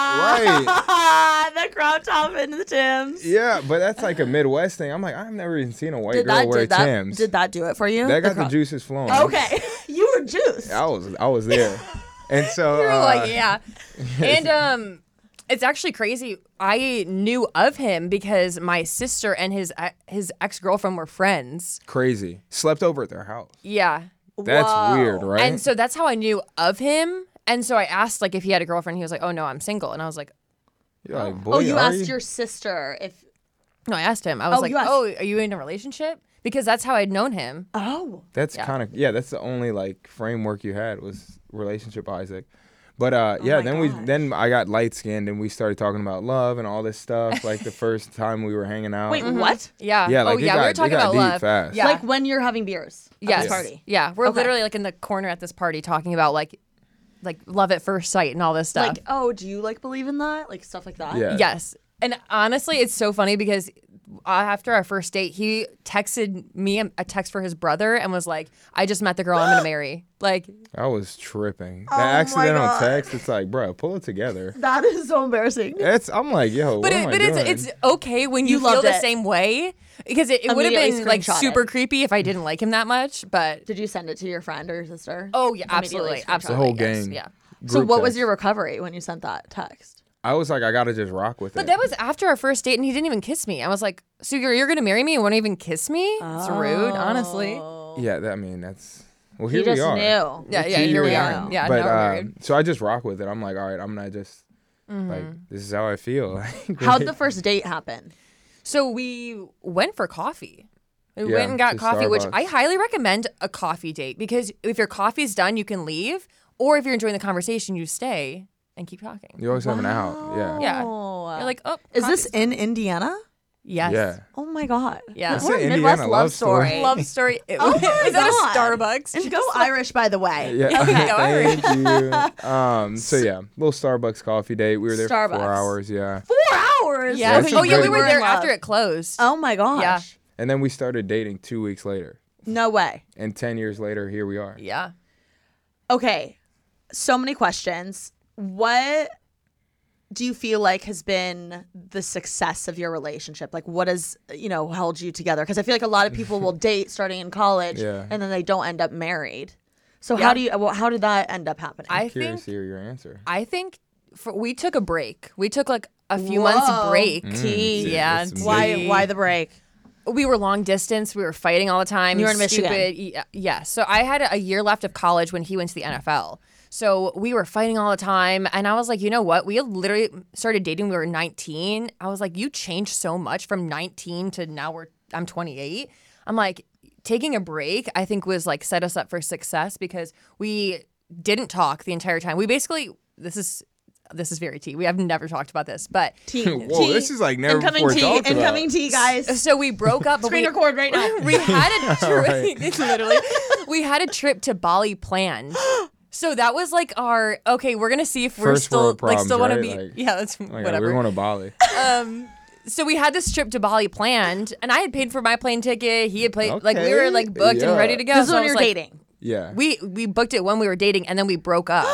Speaker 3: Right.
Speaker 1: the crop top and the Tims.
Speaker 3: Yeah, but that's like a Midwest thing. I'm like, I've never even seen a white
Speaker 1: Did
Speaker 3: girl
Speaker 1: that,
Speaker 3: wear
Speaker 1: did, that
Speaker 3: Tim's.
Speaker 1: did that do it for you?
Speaker 3: that got the
Speaker 1: crop-
Speaker 3: juices flowing.
Speaker 1: Okay. you were juiced.
Speaker 3: I was, I was there. And so,
Speaker 2: We're
Speaker 3: uh,
Speaker 2: like, yeah. and um, it's actually crazy. I knew of him because my sister and his uh, his ex girlfriend were friends.
Speaker 3: crazy. Slept over at their house.
Speaker 2: Yeah.
Speaker 3: That's weird, right?
Speaker 2: And so that's how I knew of him. And so I asked like if he had a girlfriend. He was like, "Oh no, I'm single." And I was like,
Speaker 3: You're like, boy,
Speaker 1: oh, you
Speaker 3: are
Speaker 1: asked your sister if.
Speaker 2: "No, I asked him." I was
Speaker 1: Oh,
Speaker 2: like,
Speaker 1: you asked-
Speaker 2: "Oh, are you in a relationship?" Because that's how I'd known him.
Speaker 3: Uh,
Speaker 1: Oh.
Speaker 3: That's kind of yeah. That's the only like framework you had was relationship Isaac. But uh, yeah, then we then I got light skinned and we started talking about love and all this stuff. Like the first time we were hanging out.
Speaker 1: Wait, what?
Speaker 2: Yeah.
Speaker 3: Yeah, like,
Speaker 2: oh
Speaker 3: it
Speaker 2: yeah,
Speaker 3: got-
Speaker 2: we
Speaker 3: it
Speaker 2: were talking
Speaker 3: got
Speaker 2: about
Speaker 3: deep
Speaker 2: love.
Speaker 3: fast.
Speaker 2: Yeah.
Speaker 1: Like when you're having beers at
Speaker 2: yes.
Speaker 1: this party.
Speaker 2: Yeah, we're
Speaker 1: Okay.
Speaker 2: literally like in the corner at this party talking about like like love at first sight and all this stuff.
Speaker 1: Like, oh, do you like believe in that? Like stuff like that.
Speaker 3: Yeah.
Speaker 2: Yes. And honestly, it's so funny because uh, after our first date, he texted me a a text for his brother and was like, "I just met the girl I'm gonna marry." Like,
Speaker 3: I was tripping. That accidental text. It's like, bro, pull it together.
Speaker 1: That is so embarrassing.
Speaker 3: It's. I'm like, yo.
Speaker 2: but
Speaker 3: what am
Speaker 2: it,
Speaker 3: I
Speaker 2: but it's
Speaker 3: doing?
Speaker 2: it's okay when you,
Speaker 1: You
Speaker 2: feel
Speaker 1: loved
Speaker 2: the
Speaker 1: it.
Speaker 2: same way because it, it would have
Speaker 1: Immediately
Speaker 2: been like
Speaker 1: screenshot
Speaker 2: super
Speaker 1: it.
Speaker 2: creepy if I didn't like him that much. But
Speaker 1: Did you send it to your friend or your sister?
Speaker 2: oh yeah,
Speaker 1: Immediately
Speaker 2: absolutely,
Speaker 1: screenshot it.
Speaker 2: absolutely,
Speaker 3: the whole
Speaker 2: yes,
Speaker 3: game.
Speaker 2: Yeah.
Speaker 1: So
Speaker 3: Group
Speaker 1: what was
Speaker 3: text.
Speaker 1: your recovery when you sent that text?
Speaker 3: I was like, I gotta just rock with it.
Speaker 2: But that was after our first date, and he didn't even kiss me. I was like, "So you're you're gonna marry me and won't even kiss me? It's rude, honestly."
Speaker 1: Oh.
Speaker 3: yeah. That, I mean, that's. Well,
Speaker 1: He
Speaker 3: here
Speaker 1: just
Speaker 3: we are.
Speaker 1: knew.
Speaker 2: Yeah, yeah.
Speaker 3: Two
Speaker 2: Here we
Speaker 3: years
Speaker 2: are.
Speaker 3: in.
Speaker 2: Yeah,
Speaker 3: But
Speaker 2: now we're Mm-hmm. married.
Speaker 3: um, so I just rock with it. I'm like, all right, I'm not just like this is how I feel. Like,
Speaker 1: How'd the first date happen?
Speaker 2: So we went for coffee. We
Speaker 3: Yeah,
Speaker 2: went and got
Speaker 3: to
Speaker 2: coffee, which I
Speaker 3: Starbucks.
Speaker 2: highly recommend a coffee date because if your coffee's done, you can leave, or if you're enjoying the conversation, you stay and keep talking.
Speaker 3: you always have an out. Yeah.
Speaker 2: Yeah.
Speaker 1: Oh.
Speaker 2: You're like, oh,
Speaker 1: Is this
Speaker 2: coffee's-
Speaker 1: in Indiana?
Speaker 2: Yes.
Speaker 3: Yeah.
Speaker 1: Oh my god.
Speaker 2: Yeah.
Speaker 1: Like,
Speaker 2: It's
Speaker 1: what
Speaker 3: an
Speaker 1: a Midwest
Speaker 3: Indiana
Speaker 1: love,
Speaker 3: love story.
Speaker 1: story.
Speaker 2: Love story. It
Speaker 1: Oh
Speaker 2: was
Speaker 1: my
Speaker 2: was at a
Speaker 1: God.
Speaker 2: Starbucks.
Speaker 1: And go Irish, by the way.
Speaker 3: Yeah.
Speaker 2: go
Speaker 3: Thank you. Um, so yeah, little Starbucks coffee date. We were there for
Speaker 1: Starbucks.
Speaker 3: four hours. Yeah.
Speaker 1: Four hours.
Speaker 3: Yeah,
Speaker 2: Yeah.
Speaker 3: it's a
Speaker 2: Oh yeah, we
Speaker 3: great-
Speaker 2: were there
Speaker 1: in love.
Speaker 2: after it closed.
Speaker 1: Oh my gosh.
Speaker 2: Yeah.
Speaker 3: And then we started dating two weeks later,
Speaker 1: No way.
Speaker 3: and ten years later, here we are.
Speaker 2: Yeah.
Speaker 1: Okay. So many questions. What do you feel like has been the success of your relationship? Like what has, you know, held you together? Because I feel like a lot of people will date starting in college
Speaker 3: Yeah.
Speaker 1: and then they don't end up married. So
Speaker 2: Yeah.
Speaker 1: how do you well, how did that end up happening?
Speaker 2: I think
Speaker 3: Curious to hear your answer.
Speaker 2: I think for, we took a break. We took like a few months
Speaker 1: Whoa.
Speaker 2: break.
Speaker 1: Tea.
Speaker 2: Yeah.
Speaker 3: Mm. That's
Speaker 1: Why
Speaker 2: tea.
Speaker 1: why the break?
Speaker 2: we were long distance. We were fighting all the time.
Speaker 1: You were in Michigan.
Speaker 2: stupid. Michigan. Yeah. So I had a year left of college when he went to the NFL. So we were fighting all the time. And I was like, you know what? We had literally started dating. when We were 19. I was like, you changed so much from 19 to now we're, I'm 28. I'm like, taking a break, I think was like set us up for success because we didn't talk the entire time. We basically, this is, this is very tea. We have never talked about this, but
Speaker 1: Tea.
Speaker 3: Whoa, this is like never
Speaker 1: incoming
Speaker 3: before
Speaker 1: tea,
Speaker 3: talked about.
Speaker 1: incoming tea, guys.
Speaker 2: so we broke up. but
Speaker 1: Screen
Speaker 2: we-
Speaker 1: record right now.
Speaker 2: we had a trip.
Speaker 3: Right.
Speaker 2: literally, we had a trip to Bali planned. So that was like our okay. We're gonna see if we're
Speaker 3: First
Speaker 2: still
Speaker 3: world
Speaker 2: like still want to
Speaker 3: problems,
Speaker 2: be
Speaker 3: right? Like- oh
Speaker 2: yeah. That's
Speaker 3: Like,
Speaker 2: whatever.
Speaker 3: We're going to Bali.
Speaker 2: so we had this trip to Bali planned, and I had paid for my plane ticket. He had paid like we
Speaker 3: Okay,
Speaker 2: were like booked and
Speaker 3: yeah.
Speaker 2: ready to go.
Speaker 1: This is
Speaker 2: So I
Speaker 1: when
Speaker 2: was
Speaker 1: you're
Speaker 2: like,
Speaker 1: dating.
Speaker 3: Yeah.
Speaker 2: we we booked it when we were dating, and then we broke up.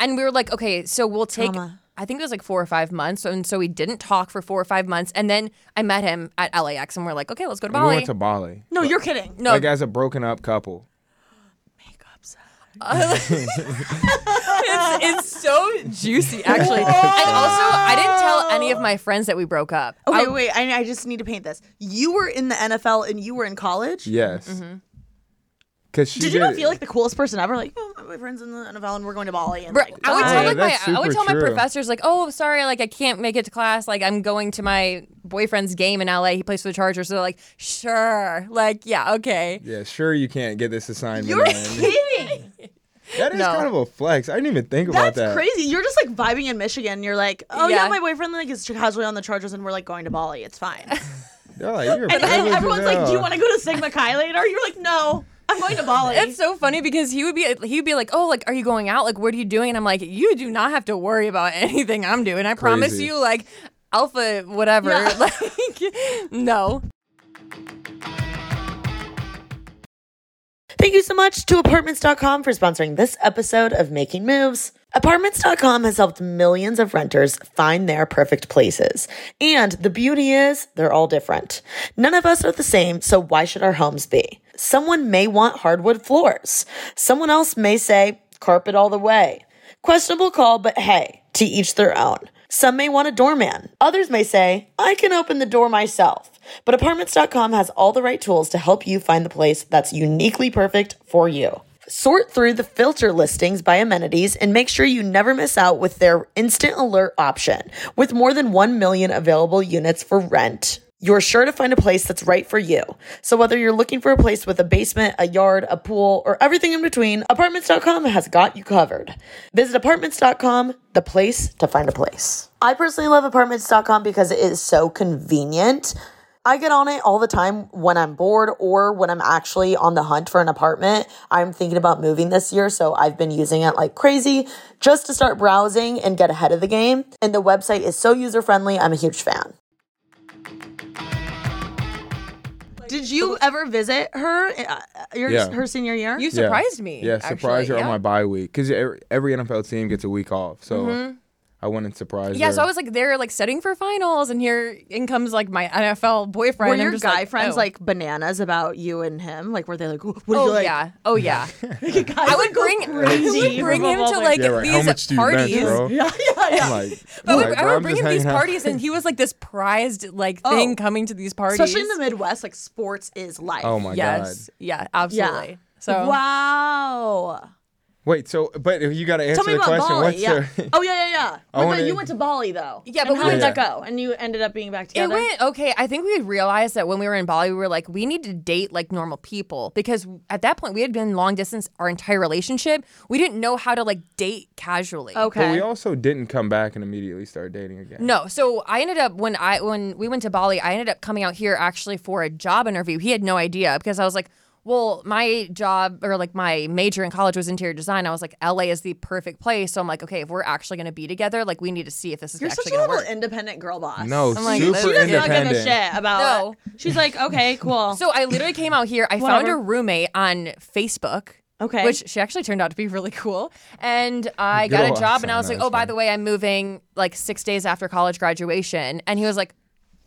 Speaker 2: and we were like, okay, so we'll take.
Speaker 1: Trauma.
Speaker 2: I think it was like four or five months, and so we didn't talk for four or five months. And then I met him at LAX, and we're like, okay, let's go to
Speaker 3: we
Speaker 2: Bali.
Speaker 3: went to Bali.
Speaker 1: No, you're kidding.
Speaker 2: no,
Speaker 3: Like as a broken up couple.
Speaker 2: it's so juicy, actually. and also, I didn't tell any of my friends that we broke up.
Speaker 1: Okay, wait. I, I just need to paint this. You were in the NFL and you were in college.
Speaker 3: Yes.
Speaker 2: Mm-hmm.
Speaker 3: Cause she
Speaker 1: Did you not feel like the coolest person ever? Like, oh, my friend's in the NFL and we're going to Bali. And
Speaker 2: Bro,
Speaker 1: like,
Speaker 2: I would
Speaker 3: Yeah,
Speaker 2: tell like my
Speaker 3: that's
Speaker 2: I would
Speaker 3: super
Speaker 2: tell my
Speaker 3: true.
Speaker 2: professors like, oh, sorry, like I can't make it to class. Like I'm going to my boyfriend's game in LA. He plays for the Chargers, so they're like, sure, like yeah, okay.
Speaker 3: Yeah, sure you can't get this assignment.
Speaker 1: you're
Speaker 3: in.
Speaker 1: kidding.
Speaker 3: That is
Speaker 2: No.
Speaker 3: kind of a flex. I didn't even think about
Speaker 1: That's
Speaker 3: that.
Speaker 1: crazy. You're just like vibing in Michigan. You're like, oh yeah,
Speaker 2: Yeah.
Speaker 1: my boyfriend like is casually on the Chargers and we're like going to Bali. It's fine.
Speaker 3: They're like, you're
Speaker 1: And,
Speaker 3: privileged
Speaker 1: and
Speaker 3: as
Speaker 1: everyone's like, do you
Speaker 3: hell.
Speaker 1: want to go to Sigma Chi later? You're like, no, I'm going to Bali.
Speaker 2: It's so funny because he would be he'd be like, oh, like are you going out? Like what are you doing? And I'm like, you do not have to worry about anything I'm doing. I promise
Speaker 3: Crazy.
Speaker 2: you, like alpha whatever.
Speaker 1: Yeah.
Speaker 2: Like no.
Speaker 4: Thank you so much to apartments.com for sponsoring this episode of Making Moves. Apartments.com has helped millions of renters find their perfect places. And the beauty is, they're all different. None of us are the same, so why should our homes be? Someone may want hardwood floors. Someone else may say, carpet all the way. Questionable call, but hey, to each their own. Some may want a doorman. Others may say, I can open the door myself. But apartments.com has all the right tools to help you find the place that's uniquely perfect for you. Sort through the filter listings by amenities and make sure you never miss out with their instant alert option. With more than 1 million available units for rent, you're sure to find a place that's right for you. So whether you're looking for a place with a basement, a yard, a pool, or everything in between, apartments.com has got you covered. Visit apartments.com, the place to find a place. I personally love apartments.com because it is so convenient. I get on it all the time when I'm bored or when I'm actually on the hunt for an apartment. I'm thinking about moving this year, so I've been using it like crazy just to start browsing and get ahead of the game. And the website is so user friendly. I'm a huge fan.
Speaker 1: Did you ever visit her? uh, Your
Speaker 3: Yeah.
Speaker 1: her senior year.
Speaker 2: You
Speaker 3: Yeah.
Speaker 2: surprised me.
Speaker 3: Yeah, surprise
Speaker 2: actually,
Speaker 3: her
Speaker 2: yeah.
Speaker 3: on my bye week because every, every NFL team gets a week off, so
Speaker 1: Mm-hmm.
Speaker 3: I went and surprised.
Speaker 2: Yeah,
Speaker 3: her.
Speaker 2: so I was like there, like studying for finals, and here in comes like my NFL boyfriend.
Speaker 1: were
Speaker 2: and I'm
Speaker 1: your
Speaker 2: just
Speaker 1: guy
Speaker 2: like,
Speaker 1: friends
Speaker 2: oh.
Speaker 1: like bananas about you and him? Like, were they like, what do
Speaker 2: Oh
Speaker 1: you like?
Speaker 2: yeah, oh yeah. I would bring, I would bring him to like
Speaker 3: Yeah, right. How
Speaker 2: these
Speaker 3: much do you bench,
Speaker 2: parties.
Speaker 3: bro?
Speaker 1: Yeah, yeah, yeah.
Speaker 3: I'm like,
Speaker 2: But I would-
Speaker 3: like,
Speaker 2: I
Speaker 3: bro, I'm
Speaker 2: would bring
Speaker 3: just
Speaker 2: him to these
Speaker 3: hanging out.
Speaker 2: parties, and he was like this prized like
Speaker 1: Oh.
Speaker 2: thing coming to these parties.
Speaker 1: Especially in the Midwest, like sports is life.
Speaker 3: Oh my
Speaker 2: yes,
Speaker 3: god!
Speaker 2: yeah,
Speaker 1: Yeah.
Speaker 2: absolutely. So
Speaker 1: wow.
Speaker 3: Wait, so but you got to answer
Speaker 1: Tell me
Speaker 3: the
Speaker 1: about
Speaker 3: question.
Speaker 1: Bali.
Speaker 3: What's
Speaker 1: yeah.
Speaker 3: your-
Speaker 1: Oh yeah, yeah, yeah.
Speaker 3: I
Speaker 1: Wait,
Speaker 3: wanna-
Speaker 1: but you went to Bali though.
Speaker 2: Yeah,
Speaker 1: And
Speaker 2: but
Speaker 1: how
Speaker 2: we-
Speaker 1: did that
Speaker 3: Yeah.
Speaker 1: go? And you ended up being back
Speaker 2: It
Speaker 1: together.
Speaker 2: went okay. I think we realized that when we were in Bali, we were like, we need to date like normal people because at that point we had been long distance our entire relationship. We didn't know how to like date casually.
Speaker 3: But
Speaker 1: okay.
Speaker 3: we also didn't come back and immediately start dating again.
Speaker 2: No, so I ended up when I when we went to Bali, I ended up coming out here actually for a job interview. He had no idea because I was like, well, my job or like my major in college was interior design. I was like, LA is the perfect place. So I'm like, okay, if we're actually going to be together, like we need to see if this is
Speaker 1: You're
Speaker 2: actually
Speaker 1: such a
Speaker 2: going to
Speaker 1: little
Speaker 2: work.
Speaker 1: independent girl boss.
Speaker 3: no,
Speaker 2: like,
Speaker 3: super
Speaker 2: she does not
Speaker 1: She's not giving a
Speaker 3: independent.
Speaker 1: shit about.
Speaker 2: No.
Speaker 1: it. She's like, okay, cool.
Speaker 2: So I literally came out here. I found a roommate on Facebook.
Speaker 1: Okay.
Speaker 2: Which she actually turned out to be really cool. And I
Speaker 3: Good
Speaker 2: got
Speaker 3: old
Speaker 2: a job and I
Speaker 3: Oxon,
Speaker 2: was like,
Speaker 3: that
Speaker 2: oh,
Speaker 3: was
Speaker 2: by
Speaker 3: fun.
Speaker 2: the way, I'm moving like six days after college graduation. And he was like,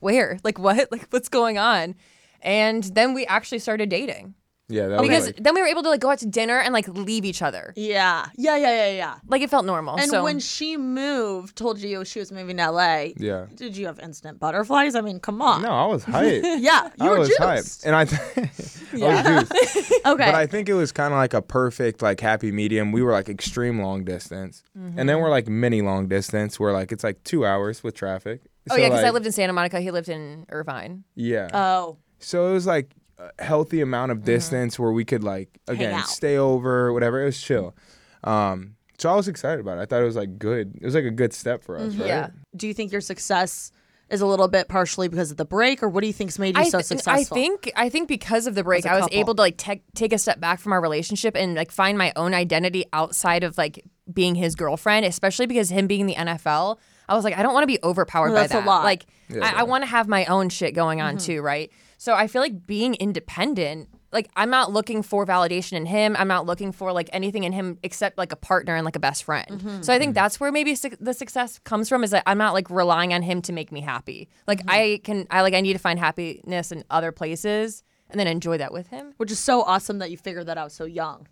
Speaker 2: where? Like, what? Like, what's going on? And then we actually started dating
Speaker 3: Yeah, that
Speaker 2: because
Speaker 3: was like,
Speaker 2: then we were able to like go out to dinner and like leave each other.
Speaker 1: yeah, yeah, yeah, yeah, yeah.
Speaker 2: Like, it felt normal.
Speaker 1: And
Speaker 2: so
Speaker 1: when she moved, told you she was moving to LA.
Speaker 3: Yeah.
Speaker 1: Did you have instant butterflies? I mean, come on.
Speaker 3: no, I was hyped.
Speaker 1: Yeah, you
Speaker 3: I
Speaker 1: were
Speaker 3: was
Speaker 1: juiced.
Speaker 3: hyped, and I, th- I was juiced.
Speaker 1: Okay.
Speaker 3: But I think it was kind of like a perfect, like happy medium. We were like extreme long distance, and then we're like mini long distance, where like it's like two hours with traffic.
Speaker 2: oh,
Speaker 3: So,
Speaker 2: yeah, because I
Speaker 3: like,
Speaker 2: lived in Santa Monica. He lived in Irvine.
Speaker 3: Yeah.
Speaker 1: oh,
Speaker 3: so it was like a healthy amount of distance where we could like again
Speaker 1: out.
Speaker 3: stay over, whatever. It was chill. Um, so I was excited about it. I thought it was like good. It was like a good step for us, right?
Speaker 2: Yeah.
Speaker 1: do you think your success is a little bit partially because of the break, or what do you think's made you
Speaker 2: I
Speaker 1: so
Speaker 2: th-
Speaker 1: successful?
Speaker 2: I think I think because of the break,
Speaker 1: a
Speaker 2: I was
Speaker 1: couple.
Speaker 2: able to like take take a step back from our relationship and like find my own identity outside of like being his girlfriend, especially because him being in the NFL. I was like, I don't want to be overpowered
Speaker 1: Well,
Speaker 2: by
Speaker 1: that's a
Speaker 2: that.
Speaker 1: lot. Mm-hmm.
Speaker 2: Like, I, I want to have my own shit going on too, right? So I feel like being independent. Like, I'm not looking for validation in him. I'm not looking for like anything in him except like a partner and like a best friend.
Speaker 1: Mm-hmm.
Speaker 2: So I think that's where maybe suc the success comes from is that I'm not like relying on him to make me happy. Like
Speaker 1: Mm-hmm.
Speaker 2: I can, I like I need to find happiness in other places and then enjoy that with him.
Speaker 1: which is so awesome that you figured that out so young.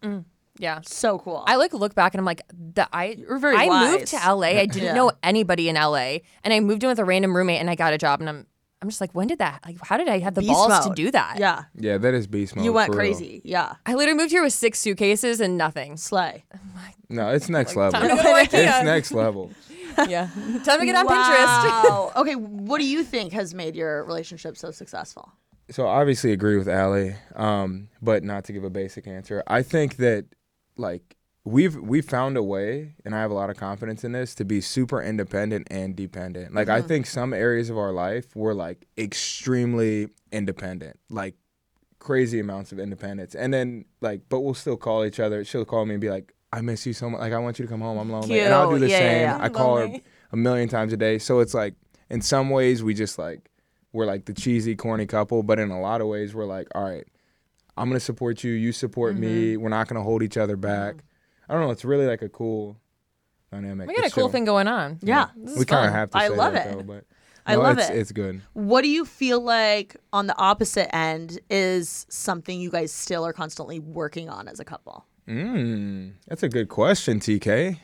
Speaker 2: Yeah.
Speaker 1: So cool.
Speaker 2: Mm. I like look back and I'm like, the I
Speaker 1: very
Speaker 2: I
Speaker 1: wise.
Speaker 2: moved to LA. I didn't know anybody in LA, and I moved in with a random roommate, and I got a job, and I'm I'm just like, when did that? Like, how did I have the
Speaker 1: Beast
Speaker 2: balls
Speaker 1: mode.
Speaker 2: to do that?
Speaker 1: yeah,
Speaker 3: Yeah, that is beast mode.
Speaker 1: you went
Speaker 3: Oh, for real.
Speaker 1: crazy. Yeah,
Speaker 2: I literally moved here with six suitcases and nothing.
Speaker 1: slay.
Speaker 3: No, it's next level.
Speaker 2: to go to
Speaker 3: it's
Speaker 2: Ikea.
Speaker 3: next level.
Speaker 2: yeah, time to get on Pinterest.
Speaker 1: wow. okay, what do you think has made your relationship so successful?
Speaker 3: So I obviously agree with Allie, um, but not to give a basic answer. I think that like we've we've found a way, and I have a lot of confidence in this to be super independent and dependent. Like
Speaker 1: Mm-hmm.
Speaker 3: I think some areas of our life we're like extremely independent, like crazy amounts of independence, and then like but we'll still call each other. She'll call me and be like, "I miss you so much. Like I want you to come home. I'm lonely," and I'll do
Speaker 1: Cute.
Speaker 3: the
Speaker 1: Yeah, yeah,
Speaker 3: same.
Speaker 1: yeah.
Speaker 3: I call her a million times a day. So it's like in some ways we just like we're like the cheesy corny couple, but in a lot of ways we're like, all right, I'm gonna support you, you support me.
Speaker 1: Mm-hmm.
Speaker 3: We're not gonna hold each other back. I don't know. It's really like a cool dynamic.
Speaker 2: We got a
Speaker 3: It's
Speaker 2: cool
Speaker 3: chill.
Speaker 2: thing going on.
Speaker 1: Yeah.
Speaker 3: We kind of have to.
Speaker 1: I
Speaker 3: say
Speaker 1: love
Speaker 3: that,
Speaker 1: it.
Speaker 3: Though, but
Speaker 1: I
Speaker 3: no,
Speaker 1: love
Speaker 3: it's,
Speaker 1: it.
Speaker 3: It's good.
Speaker 1: What do you feel like on the opposite end is something you guys still are constantly working on as a couple?
Speaker 3: Mm, that's a good question, TK.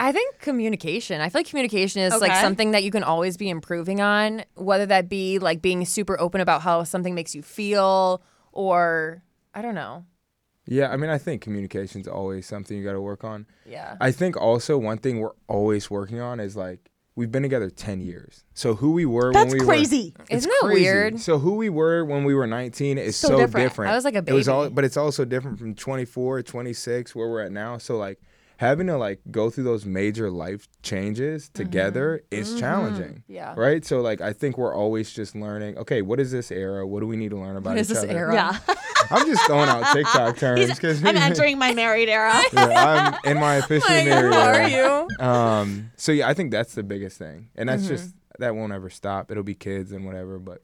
Speaker 2: I think communication. I feel like communication is like
Speaker 1: Okay.
Speaker 2: something that you can always be improving on, whether that be like being super open about how something makes you feel or I don't know.
Speaker 3: Yeah, I mean, I think communication's always something you got to work on.
Speaker 2: Yeah.
Speaker 3: I think also one thing we're always working on is like we've been together 10 years. So who we were
Speaker 1: That's
Speaker 3: when we
Speaker 1: crazy.
Speaker 3: were It's
Speaker 2: Isn't that
Speaker 3: crazy.
Speaker 2: weird?
Speaker 3: So who we were when we were 19 is so,
Speaker 2: different.
Speaker 3: different.
Speaker 2: I was like a
Speaker 3: It was all,
Speaker 2: baby.
Speaker 3: but it's also different from 24, 26 where we're at now. So like having to like go through those major life changes together is challenging.
Speaker 2: Mm-hmm. Yeah.
Speaker 3: Right? So like I think we're always just learning, okay, what is this era? What do we need to learn about
Speaker 2: What
Speaker 3: each
Speaker 2: is this
Speaker 3: other?
Speaker 2: era?
Speaker 1: Yeah.
Speaker 3: I'm just throwing out TikTok terms because
Speaker 1: I'm entering my married era.
Speaker 3: yeah, I'm in my official
Speaker 2: Like,
Speaker 3: married.
Speaker 2: who are
Speaker 3: era.
Speaker 2: you?
Speaker 3: Um,
Speaker 2: Mm-hmm.
Speaker 3: so yeah, I think that's the biggest thing, and that's just that won't ever stop. It'll be kids and whatever, but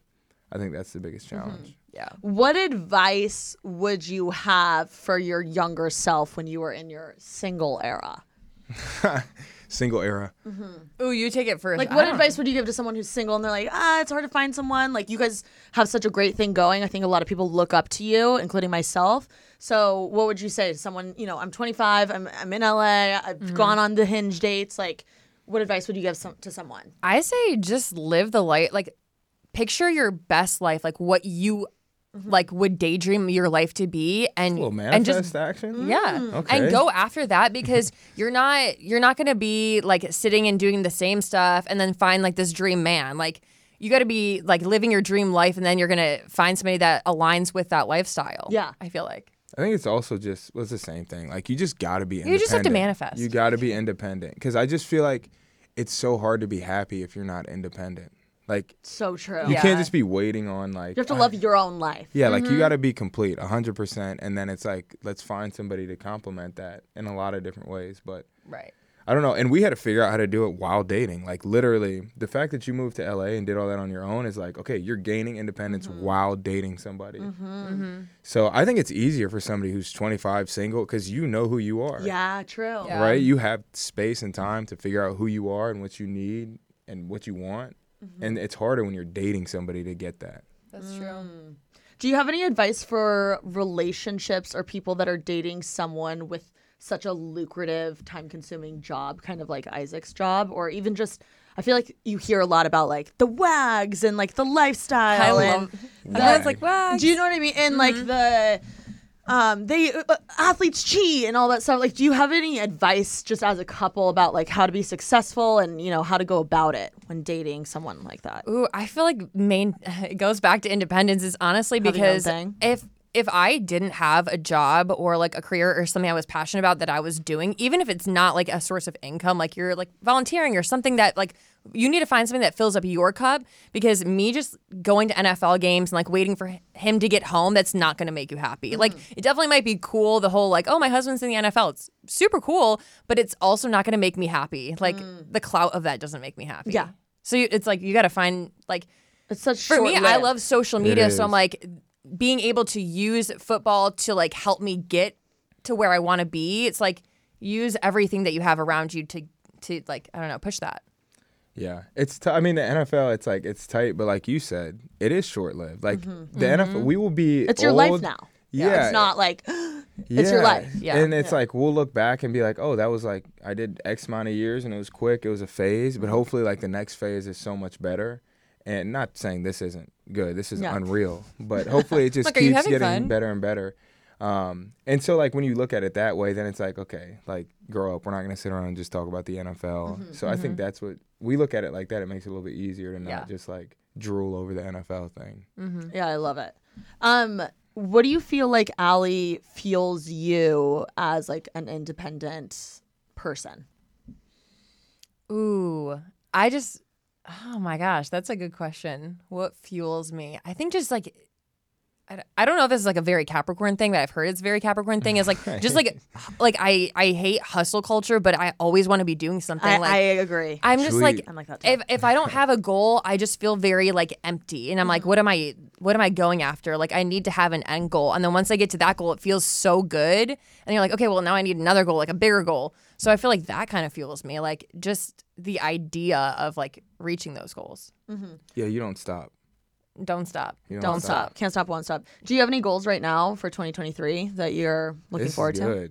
Speaker 3: I think that's the biggest
Speaker 2: Mm-hmm.
Speaker 3: challenge.
Speaker 2: Yeah.
Speaker 1: What advice would you have for your younger self when you were in your single era?
Speaker 3: Single era.
Speaker 2: Mm. Ooh, you take it first.
Speaker 1: Like,
Speaker 2: I
Speaker 1: what
Speaker 2: don't-
Speaker 1: advice would you give to someone who's single and they're like, ah, it's hard to find someone? Like, you guys have such a great thing going. I think a lot of people look up to you, including myself. So, what would you say to someone? You know, I'm 25, I'm, I'm in LA, I've
Speaker 2: Mm-hmm.
Speaker 1: gone on the hinge dates. Like, what advice would you give some, to someone?
Speaker 2: I say just live the life. Like, picture your best life, like what you
Speaker 1: Mm-hmm.
Speaker 2: like would daydream your life to be, and
Speaker 3: Well,
Speaker 2: and
Speaker 3: manifest
Speaker 2: just
Speaker 3: action.
Speaker 2: yeah,
Speaker 3: Okay.
Speaker 2: and go after that because you're not you're not gonna be like sitting and doing the same stuff and then find like this dream man. Like, you got to be like living your dream life, and then you're gonna find somebody that aligns with that lifestyle.
Speaker 1: Yeah.
Speaker 2: I feel like.
Speaker 3: I think it's also just well, it's the same thing. Like you just got to be. Independent.
Speaker 2: You just have to manifest.
Speaker 3: You got to be independent because I just feel like it's so hard to be happy if you're not independent. Like
Speaker 1: So true.
Speaker 2: Oh,
Speaker 3: you
Speaker 1: You
Speaker 3: can't just be waiting on like.
Speaker 1: have to
Speaker 3: "I-
Speaker 1: love your own life.
Speaker 3: Yeah, like
Speaker 2: Mm-hmm.
Speaker 3: you got to be complete, hundred percent, and then it's like let's find somebody to complement that in a lot of different ways. But
Speaker 2: Right.
Speaker 3: I don't know. And we had to figure out how to do it while dating. Like literally, the fact that you moved to LA and did all that on your own is like, okay, you're gaining independence
Speaker 1: Mm-hmm.
Speaker 3: while dating somebody. So I think it's easier for somebody who's 25 single because you know who you are.
Speaker 1: Yeah, true.
Speaker 2: Yeah.
Speaker 3: Right? You have space and time to figure out who you are and what you need and what you want.
Speaker 1: Mm-hmm.
Speaker 3: And it's harder when you're dating somebody to get that.
Speaker 1: Mm.
Speaker 2: That's true.
Speaker 1: Do you have any advice for relationships or people that are dating someone with such a lucrative, time consuming job, kind of like Isaac's job, or even just? I feel like you hear a lot about like the wags and like the lifestyle. and
Speaker 2: Everyone's like, wow.
Speaker 1: do you know what I mean? And like the um, they uh, athletes cheat and all that stuff. Like, do you have any advice just as a couple about like how to be successful and you know how to go about it when dating someone like that?
Speaker 2: Ooh, I feel like main it goes back to independence is honestly
Speaker 1: your own
Speaker 2: because
Speaker 1: thing.
Speaker 2: if if I didn't have a job or like a career or something I was passionate about that I was doing, even if it's not like a source of income, like you're like volunteering or something that like you need to find something that fills up your cup because me just going to NFL games and like waiting for him to get home, that's not going to make you happy. Like it definitely might be cool. The whole like, oh, my husband's in the NFL. It's super cool, but it's also not going to make me happy. Like the clout of that doesn't make me happy.
Speaker 1: Yeah.
Speaker 2: So you, it's like you got to find like
Speaker 1: It's such
Speaker 2: for me, I
Speaker 1: short-lived.
Speaker 2: love social media, so
Speaker 3: is.
Speaker 2: I'm like being able to use football to like help me get to where I want to be. It's like use everything that you have around you to to like I don't know push that.
Speaker 3: Yeah, it's. T- I mean, the NFL. It's like it's tight, but like you said, it is short lived. Like the NFL, we will be.
Speaker 1: Mm-hmm. It's your life
Speaker 3: old-
Speaker 1: now.
Speaker 3: Yeah,
Speaker 1: it's not like it's your life.
Speaker 2: Yeah.
Speaker 3: And it's like we'll look back and be like, oh, that was like I did X amount of years and it was quick. It was a phase, but hopefully, like the next phase is so much better. And not saying this isn't good. This is
Speaker 1: No.
Speaker 3: unreal, but hopefully it just
Speaker 2: Look, are you
Speaker 3: keeps
Speaker 2: having
Speaker 3: getting
Speaker 2: fun?
Speaker 3: better and better. Um, and so like when you look at it that way, then it's like okay, like grow up. We're not gonna sit around and just talk about the NFL. So I think that's what we look at it like that. It makes it a little bit easier to not
Speaker 2: Yeah.
Speaker 3: just like drool over the NFL thing.
Speaker 1: Yeah, I love it. Um, what do you feel like Allie feels you as like an independent person?
Speaker 2: Ooh, I just oh my gosh, that's a good question. What fuels me? I think just like I d- I don't know if this is like a very Capricorn thing, but I've heard it's a very Capricorn thing. Is like just like h- like I I hate hustle culture, but I always want to be doing something.
Speaker 1: I,
Speaker 2: like
Speaker 1: I agree.
Speaker 2: I'm just like
Speaker 3: Sweet.
Speaker 1: I'm like that too.
Speaker 2: if if I don't have a goal, I just feel very like empty, and I'm
Speaker 3: Mm-hmm.
Speaker 2: like, what am I? What am I going after? Like, I need to have an end goal, and then once I get to that goal, it feels so good, and you're like, okay, well now I need another goal, like a bigger goal. So I feel like that kind of fuels me, like just the idea of like reaching those goals.
Speaker 3: Yeah, you don't stop.
Speaker 2: Don't stop.
Speaker 3: You
Speaker 1: Don't stop. Can't stop, won't stop. Do you have any goals right now for 2023 that you're looking
Speaker 3: This
Speaker 1: forward
Speaker 3: is
Speaker 1: to?
Speaker 3: good.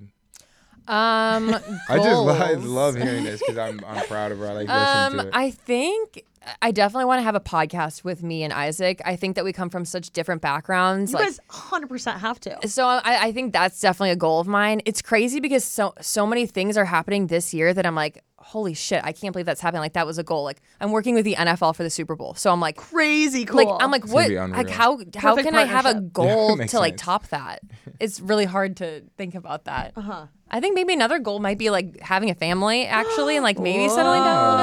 Speaker 2: Um,
Speaker 3: I just lo- I
Speaker 2: goals.
Speaker 3: love hearing this because I'm I'm proud of her. I like listening
Speaker 2: Um,
Speaker 3: to it.
Speaker 2: I think I definitely want to have a podcast with me and Isaac. I think that we come from such different backgrounds.
Speaker 1: You
Speaker 2: like,
Speaker 1: guys 100% have to.
Speaker 2: so I, I think that's definitely a goal of mine. It's crazy because so so many things are happening this year that I'm like, holy shit, I can't believe that's happening. Like that was a goal. Like I'm working with the NFL for the Super Bowl, so I'm like,
Speaker 1: Crazy cool.
Speaker 2: like I'm like,
Speaker 3: gonna
Speaker 2: what?
Speaker 3: be
Speaker 2: Like
Speaker 3: unreal.
Speaker 2: how how
Speaker 1: Perfect
Speaker 2: can I have a
Speaker 1: partnership.
Speaker 2: goal
Speaker 3: makes
Speaker 2: to like
Speaker 3: sense.
Speaker 2: top that? It's really hard to think about that. Uh-huh. I think maybe another goal might be like having a family actually, and like maybe settling down a little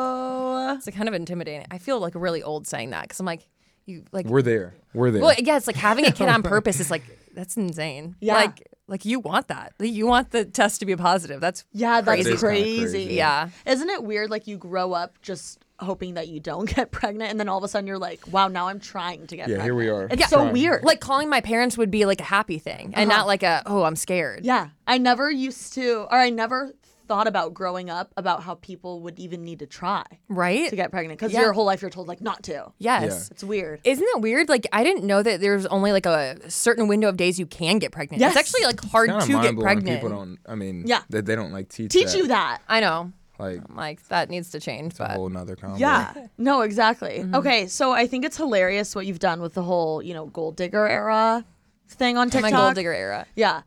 Speaker 2: bit.
Speaker 1: oh,
Speaker 2: It's like kind of intimidating. I feel like really old saying that because I'm like, you like
Speaker 3: We're there. We're there.
Speaker 2: Well, yeah, it's like having a kid on purpose is like that's insane.
Speaker 1: Yeah.
Speaker 2: Like Like you want that. Like, you want the test to be positive. That's
Speaker 1: Yeah, that's
Speaker 3: That
Speaker 1: crazy.
Speaker 3: is kinda crazy.
Speaker 2: yeah.
Speaker 1: Isn't it weird? Like you grow up just hoping that you don't get pregnant, and then all of a sudden you're like, wow, now I'm trying to get
Speaker 3: Yeah,
Speaker 1: pregnant.
Speaker 3: here we are.
Speaker 1: It's
Speaker 3: Yeah.
Speaker 1: so
Speaker 3: Trying.
Speaker 1: weird. Uh-huh.
Speaker 2: Like calling my parents would be like a happy thing and not like a oh I'm scared.
Speaker 1: yeah, I never used to, or I never thought about growing up about how people would even need to try
Speaker 2: Right?
Speaker 1: to get pregnant because
Speaker 2: Yeah.
Speaker 1: your whole life you're told like not to.
Speaker 2: Yes.
Speaker 1: It's weird.
Speaker 2: Isn't that weird? Like I didn't know that there's only like a certain window of days you can get pregnant.
Speaker 1: Yes.
Speaker 2: It's actually like hard
Speaker 3: Kinda
Speaker 2: to get
Speaker 3: mind-blowing
Speaker 2: pregnant.
Speaker 3: People don't. I mean,
Speaker 1: Yeah.
Speaker 3: that they don't like teach
Speaker 1: Teach you that.
Speaker 2: I know.
Speaker 3: Like
Speaker 2: Like that needs to change,
Speaker 3: a
Speaker 2: Oh, but
Speaker 3: whole nother combo.
Speaker 1: Yeah. No, exactly.
Speaker 2: Mm-hmm.
Speaker 1: Okay, so I think it's hilarious what you've done with the whole, you know, gold digger era thing on
Speaker 2: my
Speaker 1: TikTok.
Speaker 2: gold digger era.
Speaker 1: Yeah.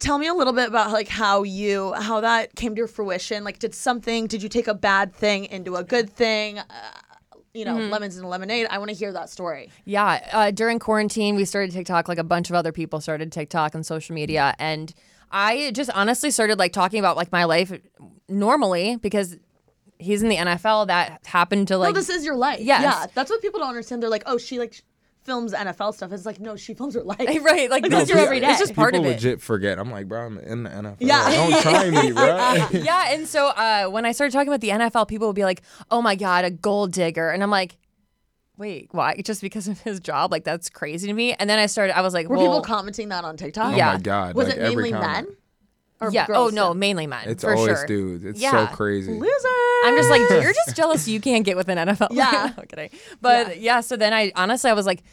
Speaker 1: Tell me a little bit about like how you how that came to fruition. Like, did something? Did you take a bad thing into a good thing? Uh, you know,
Speaker 2: Mm-hmm.
Speaker 1: lemons and lemonade. I want to hear that story.
Speaker 2: Yeah, uh, during quarantine, we started TikTok. Like a bunch of other people started TikTok and social media, and I just honestly started like talking about like my life normally because he's in the NFL. That happened to like
Speaker 1: No, this is your life.
Speaker 2: Yes.
Speaker 1: Yeah. That's what people don't understand. They're like, oh, she like films NFL stuff. It's like, no, she films her life.
Speaker 2: right, like
Speaker 1: No,
Speaker 2: this is your
Speaker 1: people-
Speaker 2: everyday.
Speaker 1: it's
Speaker 2: It's
Speaker 1: just
Speaker 2: just
Speaker 3: People
Speaker 2: part of it.
Speaker 3: legit forget. I'm like, bro, I'm in the NFL.
Speaker 1: Yeah.
Speaker 3: Don't try me, bro. Oh
Speaker 2: yeah, and so uh, when I started talking about the NFL, people would be like, "Oh my god, a gold digger," and I'm like. Wait, why? Just because of his job? Like that's crazy to me. And then I started. I was like,
Speaker 1: Were
Speaker 2: well,
Speaker 1: people commenting that on TikTok?
Speaker 3: Oh
Speaker 2: Yeah.
Speaker 3: my god.
Speaker 1: Was
Speaker 3: like,
Speaker 1: it
Speaker 3: every
Speaker 1: mainly
Speaker 3: comment.
Speaker 1: men? Or
Speaker 2: yeah.
Speaker 1: girls
Speaker 2: oh no,
Speaker 1: too?
Speaker 2: mainly men.
Speaker 3: It's
Speaker 2: for
Speaker 3: always
Speaker 2: sure.
Speaker 3: dudes. It's
Speaker 2: Yeah.
Speaker 3: so crazy.
Speaker 1: Loser.
Speaker 2: I'm just like, you're just jealous you can't get with an NFL.
Speaker 1: Yeah.
Speaker 2: no, I'm kidding. But yeah. so then I honestly, I was like,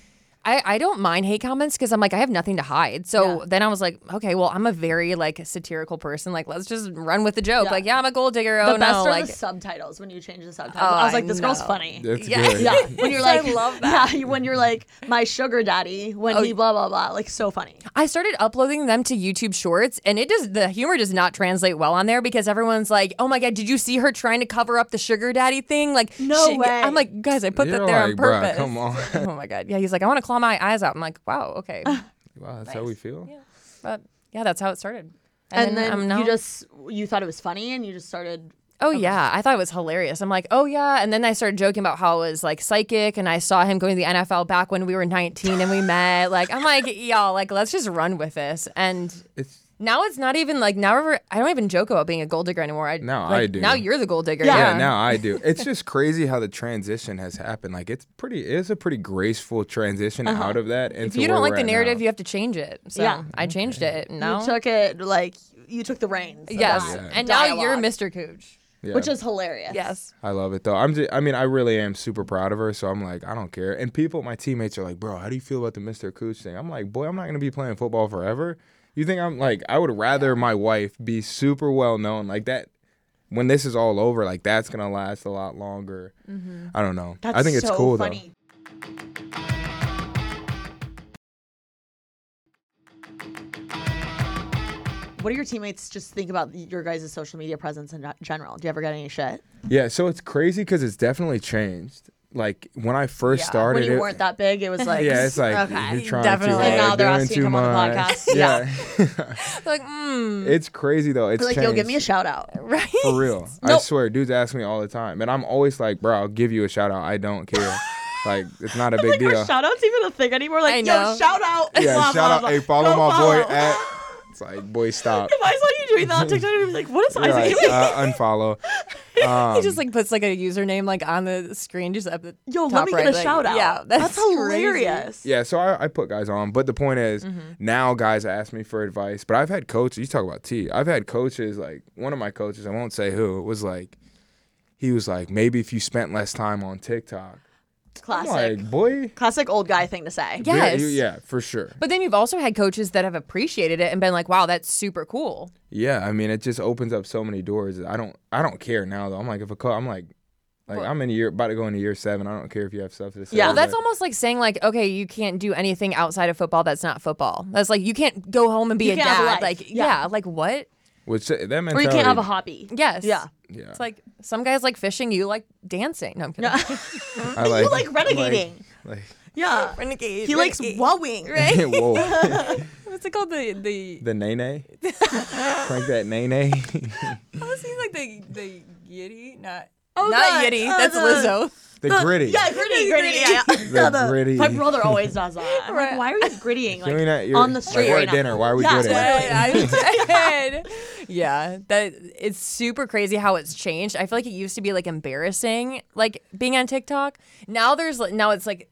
Speaker 2: I, I don't mind hate comments because I'm like, I have nothing to hide. So then I was like, okay, well, I'm a very like satirical person. Like, let's just run with the joke.
Speaker 1: Yeah.
Speaker 2: Like, yeah, I'm a gold digger.
Speaker 1: The
Speaker 2: oh
Speaker 1: best
Speaker 2: no,
Speaker 1: are
Speaker 2: like, Oh,
Speaker 1: the subtitles when you change the subtitles. I was
Speaker 2: I
Speaker 1: like, this girl's
Speaker 2: know.
Speaker 1: funny.
Speaker 3: It's
Speaker 2: Yeah.
Speaker 3: good.
Speaker 1: Yeah, when you're like, Oh,
Speaker 2: I love
Speaker 1: Yeah, when you're like my sugar daddy, when he blah blah blah, like so funny.
Speaker 2: I started uploading them to YouTube Shorts, and it does the humor does not translate well on there because everyone's like, "Oh my god, did you see her trying to cover up the sugar daddy thing?" Like,
Speaker 1: No
Speaker 2: she-
Speaker 1: way.
Speaker 2: I'm like, guys, I put
Speaker 3: You're
Speaker 2: that there
Speaker 3: like,
Speaker 2: on
Speaker 3: "Bruh,
Speaker 2: purpose.
Speaker 3: come on.
Speaker 2: oh my god, yeah. He's like, I want to claw my eyes out. I'm like, wow, okay,
Speaker 3: Wow, that's how we feel.
Speaker 2: but yeah, that's how it started.
Speaker 1: And, then,
Speaker 2: I'm
Speaker 1: you
Speaker 2: now-
Speaker 1: just you thought it was funny, and you just started.
Speaker 2: Oh yeah, I thought it was hilarious. I'm like, oh yeah, and then I started joking about how I was like psychic, and I saw him going to the NFL back when we were 19 and we met. Like, I'm like, y'all, like, let's just run with this. And
Speaker 3: It's
Speaker 2: now it's not even like now we're- I don't even joke about being a gold digger anymore. I,
Speaker 3: Now
Speaker 2: like,
Speaker 3: I do.
Speaker 2: Now you're the gold digger.
Speaker 3: yeah.
Speaker 2: Yeah.
Speaker 3: now I do. It's just crazy how the transition has happened. Like it's pretty it's a pretty graceful transition out of that
Speaker 2: Uh-huh. if
Speaker 3: into
Speaker 2: you don't
Speaker 3: where
Speaker 2: like
Speaker 3: we're
Speaker 2: the
Speaker 3: at
Speaker 2: narrative,
Speaker 3: now.
Speaker 2: you have to change it. So
Speaker 1: Yeah.
Speaker 2: I changed it. And now,
Speaker 1: You took it like you took the reins. of
Speaker 2: yes,
Speaker 1: that
Speaker 2: and now you're
Speaker 1: dialogue,
Speaker 2: Mr. Cooch.
Speaker 3: Yeah.
Speaker 1: which is hilarious.
Speaker 2: Yes.
Speaker 3: I love it though. I'm just, I mean, I really am super proud of her. So I'm like, I don't care. And people, my teammates are like, bro, how do you feel about the Mr. Cooch thing? I'm like, boy, I'm not gonna be playing football forever. You think I'm like, I would rather my wife be super well known like that. When this is all over, like that's gonna last a lot longer.
Speaker 2: Mm-hmm.
Speaker 3: I don't know.
Speaker 1: That's
Speaker 3: I think it's
Speaker 1: so
Speaker 3: cool
Speaker 1: funny.
Speaker 3: though.
Speaker 1: What do your teammates just think about your guys' social media presence in general? Do you ever get any shit
Speaker 3: Yeah. So it's crazy because it's definitely changed. Like when I first started,
Speaker 1: when you
Speaker 3: it,
Speaker 1: weren't that big? It was like
Speaker 3: yeah, it's like
Speaker 2: Okay,
Speaker 3: you're trying
Speaker 2: definitely.
Speaker 3: too hard,
Speaker 2: And
Speaker 1: now they're
Speaker 3: doing
Speaker 1: asking
Speaker 3: too
Speaker 1: to come on the
Speaker 3: much.
Speaker 1: podcast.
Speaker 3: Yeah,
Speaker 2: Like, mm,
Speaker 3: it's crazy though. It's
Speaker 1: like
Speaker 3: changed.
Speaker 1: you'll give me a shout out.
Speaker 2: right?
Speaker 3: For real. I
Speaker 1: Nope.
Speaker 3: swear, dudes ask me all the time. And I'm always like, bro, I'll give you a shout out. I don't care. like, it's not a big
Speaker 1: Are
Speaker 3: deal.
Speaker 1: shout outs even a thing anymore? Like,
Speaker 2: I
Speaker 1: yo,
Speaker 2: know.
Speaker 1: shout out.
Speaker 3: Yeah,
Speaker 1: blah,
Speaker 3: shout
Speaker 1: blah,
Speaker 3: out.
Speaker 1: blah.
Speaker 3: Hey, follow
Speaker 1: Go
Speaker 3: my
Speaker 1: follow.
Speaker 3: boy at. It's like, boy, stop.
Speaker 1: If I saw you doing that on TikTok, I'd be like, what is
Speaker 3: You're
Speaker 1: Isaac
Speaker 3: like,
Speaker 1: doing?
Speaker 3: uh, unfollow. Um,
Speaker 2: he just like puts like a username like on the screen just up at
Speaker 1: Yo, let
Speaker 2: top
Speaker 1: me
Speaker 2: right,
Speaker 1: get a
Speaker 2: like,
Speaker 1: shout out.
Speaker 2: Yeah, that's, crazy.
Speaker 1: hilarious.
Speaker 3: yeah, so I, I put guys on. But the point is,
Speaker 1: Mm-hmm.
Speaker 3: now guys ask me for advice. But I've had coaches, you talk about T. I've had coaches, like, one of my coaches, I won't say who, was like, he was like, maybe if you spent less time on TikTok. I'm
Speaker 1: Classic.
Speaker 3: like, boy.
Speaker 1: Classic old guy thing to say.
Speaker 2: Yeah. Yes.
Speaker 3: Yeah, yeah, for sure.
Speaker 2: But then you've also had coaches that have appreciated it and been like, "Wow, that's super cool."
Speaker 3: Yeah, I mean, it just opens up so many doors. I don't, I don't care now though. I'm like, if a co- I'm like, like I'm in year, about to go into year seven. I don't care if you have stuff to say.
Speaker 1: Yeah,
Speaker 2: Well, that's
Speaker 3: Like,
Speaker 2: almost like saying like, "Okay, you can't do anything outside of football that's not football." That's like you can't go home and be
Speaker 1: You
Speaker 2: a
Speaker 1: can't have a
Speaker 2: dad.
Speaker 1: life.
Speaker 2: like,
Speaker 1: Yeah.
Speaker 2: yeah. like what?
Speaker 3: which that
Speaker 1: Or
Speaker 3: mentality.
Speaker 1: you can't have a hobby.
Speaker 2: Yes.
Speaker 1: Yeah.
Speaker 3: Yeah,
Speaker 2: It's like some guys like fishing, you like dancing. No, I'm kidding.
Speaker 3: I like,
Speaker 1: You like renegating.
Speaker 3: Like,
Speaker 1: yeah.
Speaker 2: Renegade.
Speaker 1: He likes
Speaker 2: renegade.
Speaker 1: wowing.
Speaker 2: Right?
Speaker 3: whoa,
Speaker 2: What's it called? The the
Speaker 3: the nay nay, crank that nay nay.
Speaker 2: what was he like the the yiddy? Not
Speaker 1: Oh,
Speaker 2: Not
Speaker 1: God.
Speaker 2: Yiddy.
Speaker 1: Oh,
Speaker 2: That's
Speaker 1: the-
Speaker 2: Lizzo.
Speaker 3: The gritty.
Speaker 1: Yeah, gritty, gritty. yeah, yeah.
Speaker 3: The gritty.
Speaker 1: My brother always does that. I'm like,
Speaker 2: Right.
Speaker 1: why are you grittying like,
Speaker 3: Doing that, you're-
Speaker 1: on the
Speaker 3: like,
Speaker 1: street
Speaker 3: we're
Speaker 1: right
Speaker 3: at
Speaker 1: now?
Speaker 3: dinner. Why are we
Speaker 1: yeah,
Speaker 3: grittying?
Speaker 1: literally.
Speaker 2: I did. yeah, that it's super crazy how it's changed. I feel like it used to be like embarrassing, like being on TikTok. Now there's like- now it's like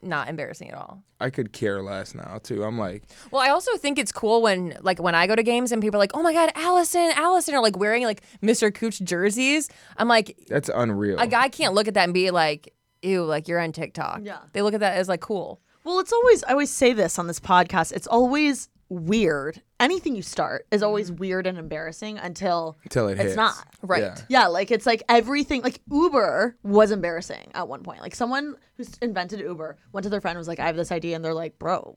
Speaker 2: not embarrassing at all.
Speaker 3: I could care less now too. I'm like,
Speaker 2: Well, I also think it's cool when like when I go to games and people are like, "Oh my god, Allison, Allison," or like wearing like Mr. Cooch jerseys. I'm like,
Speaker 3: that's unreal.
Speaker 2: a guy can't look at that and be like, "Ew, like you're on TikTok."
Speaker 1: Yeah.
Speaker 2: they look at that as like cool.
Speaker 1: Well, it's always, I always say this on this podcast, it's always weird. Anything you start is always weird and embarrassing until,
Speaker 3: Mm-hmm. Until it
Speaker 1: it's
Speaker 3: hits.
Speaker 1: not.
Speaker 2: Right.
Speaker 3: Yeah.
Speaker 1: Yeah, like it's like everything. Like Uber was embarrassing at one point. Like someone who's invented Uber went to their friend and was like, "I have this idea," and they're like, "Bro,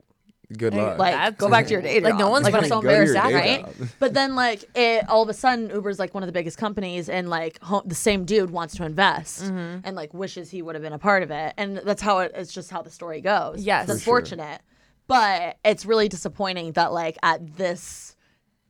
Speaker 3: Good luck.
Speaker 1: like go back to your day
Speaker 2: Like, no
Speaker 1: job.
Speaker 2: one's
Speaker 1: like,
Speaker 2: gonna
Speaker 1: we're so
Speaker 3: go to your
Speaker 1: embarrassed,
Speaker 3: day
Speaker 1: right?"
Speaker 3: job.
Speaker 1: But then like it all of a sudden Uber's like one of the biggest companies, and like ho- the same dude wants to invest
Speaker 3: Mm-hmm.
Speaker 1: and like wishes he would have been a part of it, and that's how it, it's just how the story goes.
Speaker 2: Yes.
Speaker 1: it's
Speaker 2: For
Speaker 3: sure.
Speaker 1: unfortunate, but it's really disappointing that like at this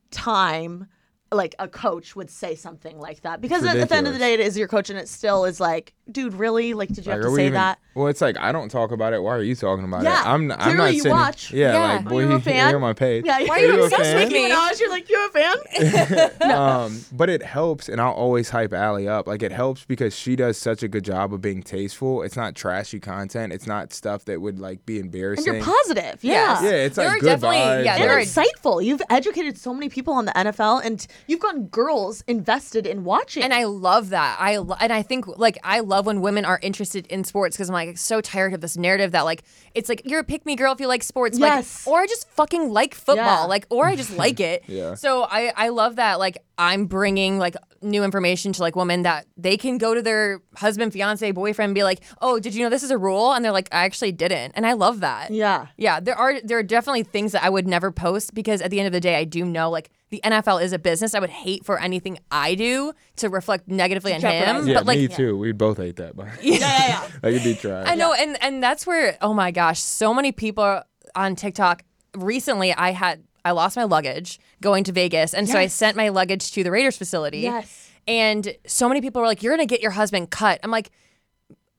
Speaker 1: time. Like a coach would say something like that because at the end of the
Speaker 3: ridiculous.
Speaker 1: day, it is your coach, and it still is like, dude, really? Like, did you have
Speaker 3: Like,
Speaker 1: to
Speaker 3: are we
Speaker 1: say
Speaker 3: even-
Speaker 1: that?
Speaker 3: Well, it's like I don't talk about it. Why are you talking about
Speaker 1: Yeah.
Speaker 3: it? I'm, I'm
Speaker 1: Clearly
Speaker 3: not
Speaker 1: you
Speaker 3: sitting.
Speaker 1: watch.
Speaker 3: Yeah,
Speaker 2: Yeah.
Speaker 3: like
Speaker 2: Are
Speaker 3: boy,
Speaker 1: you a fan?
Speaker 3: are my page.
Speaker 1: Yeah,
Speaker 2: Why are you
Speaker 3: you a
Speaker 2: obsessed with
Speaker 3: fan?
Speaker 2: me?
Speaker 1: Nicki Minaj, you're like, you a fan?
Speaker 3: Um, but it helps, and I'll always hype Allie up. Like it helps because she does such a good job of being tasteful. It's not trashy content. It's not stuff that would like be
Speaker 1: And
Speaker 3: embarrassing.
Speaker 1: you're positive. Yeah.
Speaker 3: Yeah, it's
Speaker 2: There
Speaker 3: like
Speaker 2: are
Speaker 3: good
Speaker 2: definitely-
Speaker 3: vibes.
Speaker 2: yeah,
Speaker 3: like-
Speaker 1: And
Speaker 2: there are-
Speaker 1: insightful. You've educated so many people on the NFL, and you've gotten girls invested in watching.
Speaker 2: And I love that. I lo- and I think like I love when women are interested in sports because I'm like so tired of this narrative that like it's like you're a pick me girl if you like sports.
Speaker 1: Yes.
Speaker 2: Like, or I just fucking like football.
Speaker 1: Yeah.
Speaker 2: Like or I just like it.
Speaker 3: Yeah.
Speaker 2: So I I love that. Like I'm bringing like new information to like women that they can go to their husband, fiance, boyfriend, and be like, oh, did you know this is a rule? And they're like, I actually didn't. And I love that.
Speaker 1: yeah.
Speaker 2: Yeah, there are there are definitely things that I would never post because at the end of the day, I do know like the NFL is a business. I would hate for anything I do to reflect negatively on
Speaker 1: Jeopardize
Speaker 2: him.
Speaker 3: yeah,
Speaker 2: but like,
Speaker 3: me too. We'd both hate that. But
Speaker 1: Yeah, yeah,
Speaker 3: like it'd be trash.
Speaker 2: I know, and and that's where oh my gosh, so many people are on TikTok. Recently, I had I lost my luggage going to Vegas, and so I sent my luggage to the Raiders facility.
Speaker 1: Yes.
Speaker 2: and so many people were like, "You're gonna get your husband cut." I'm like.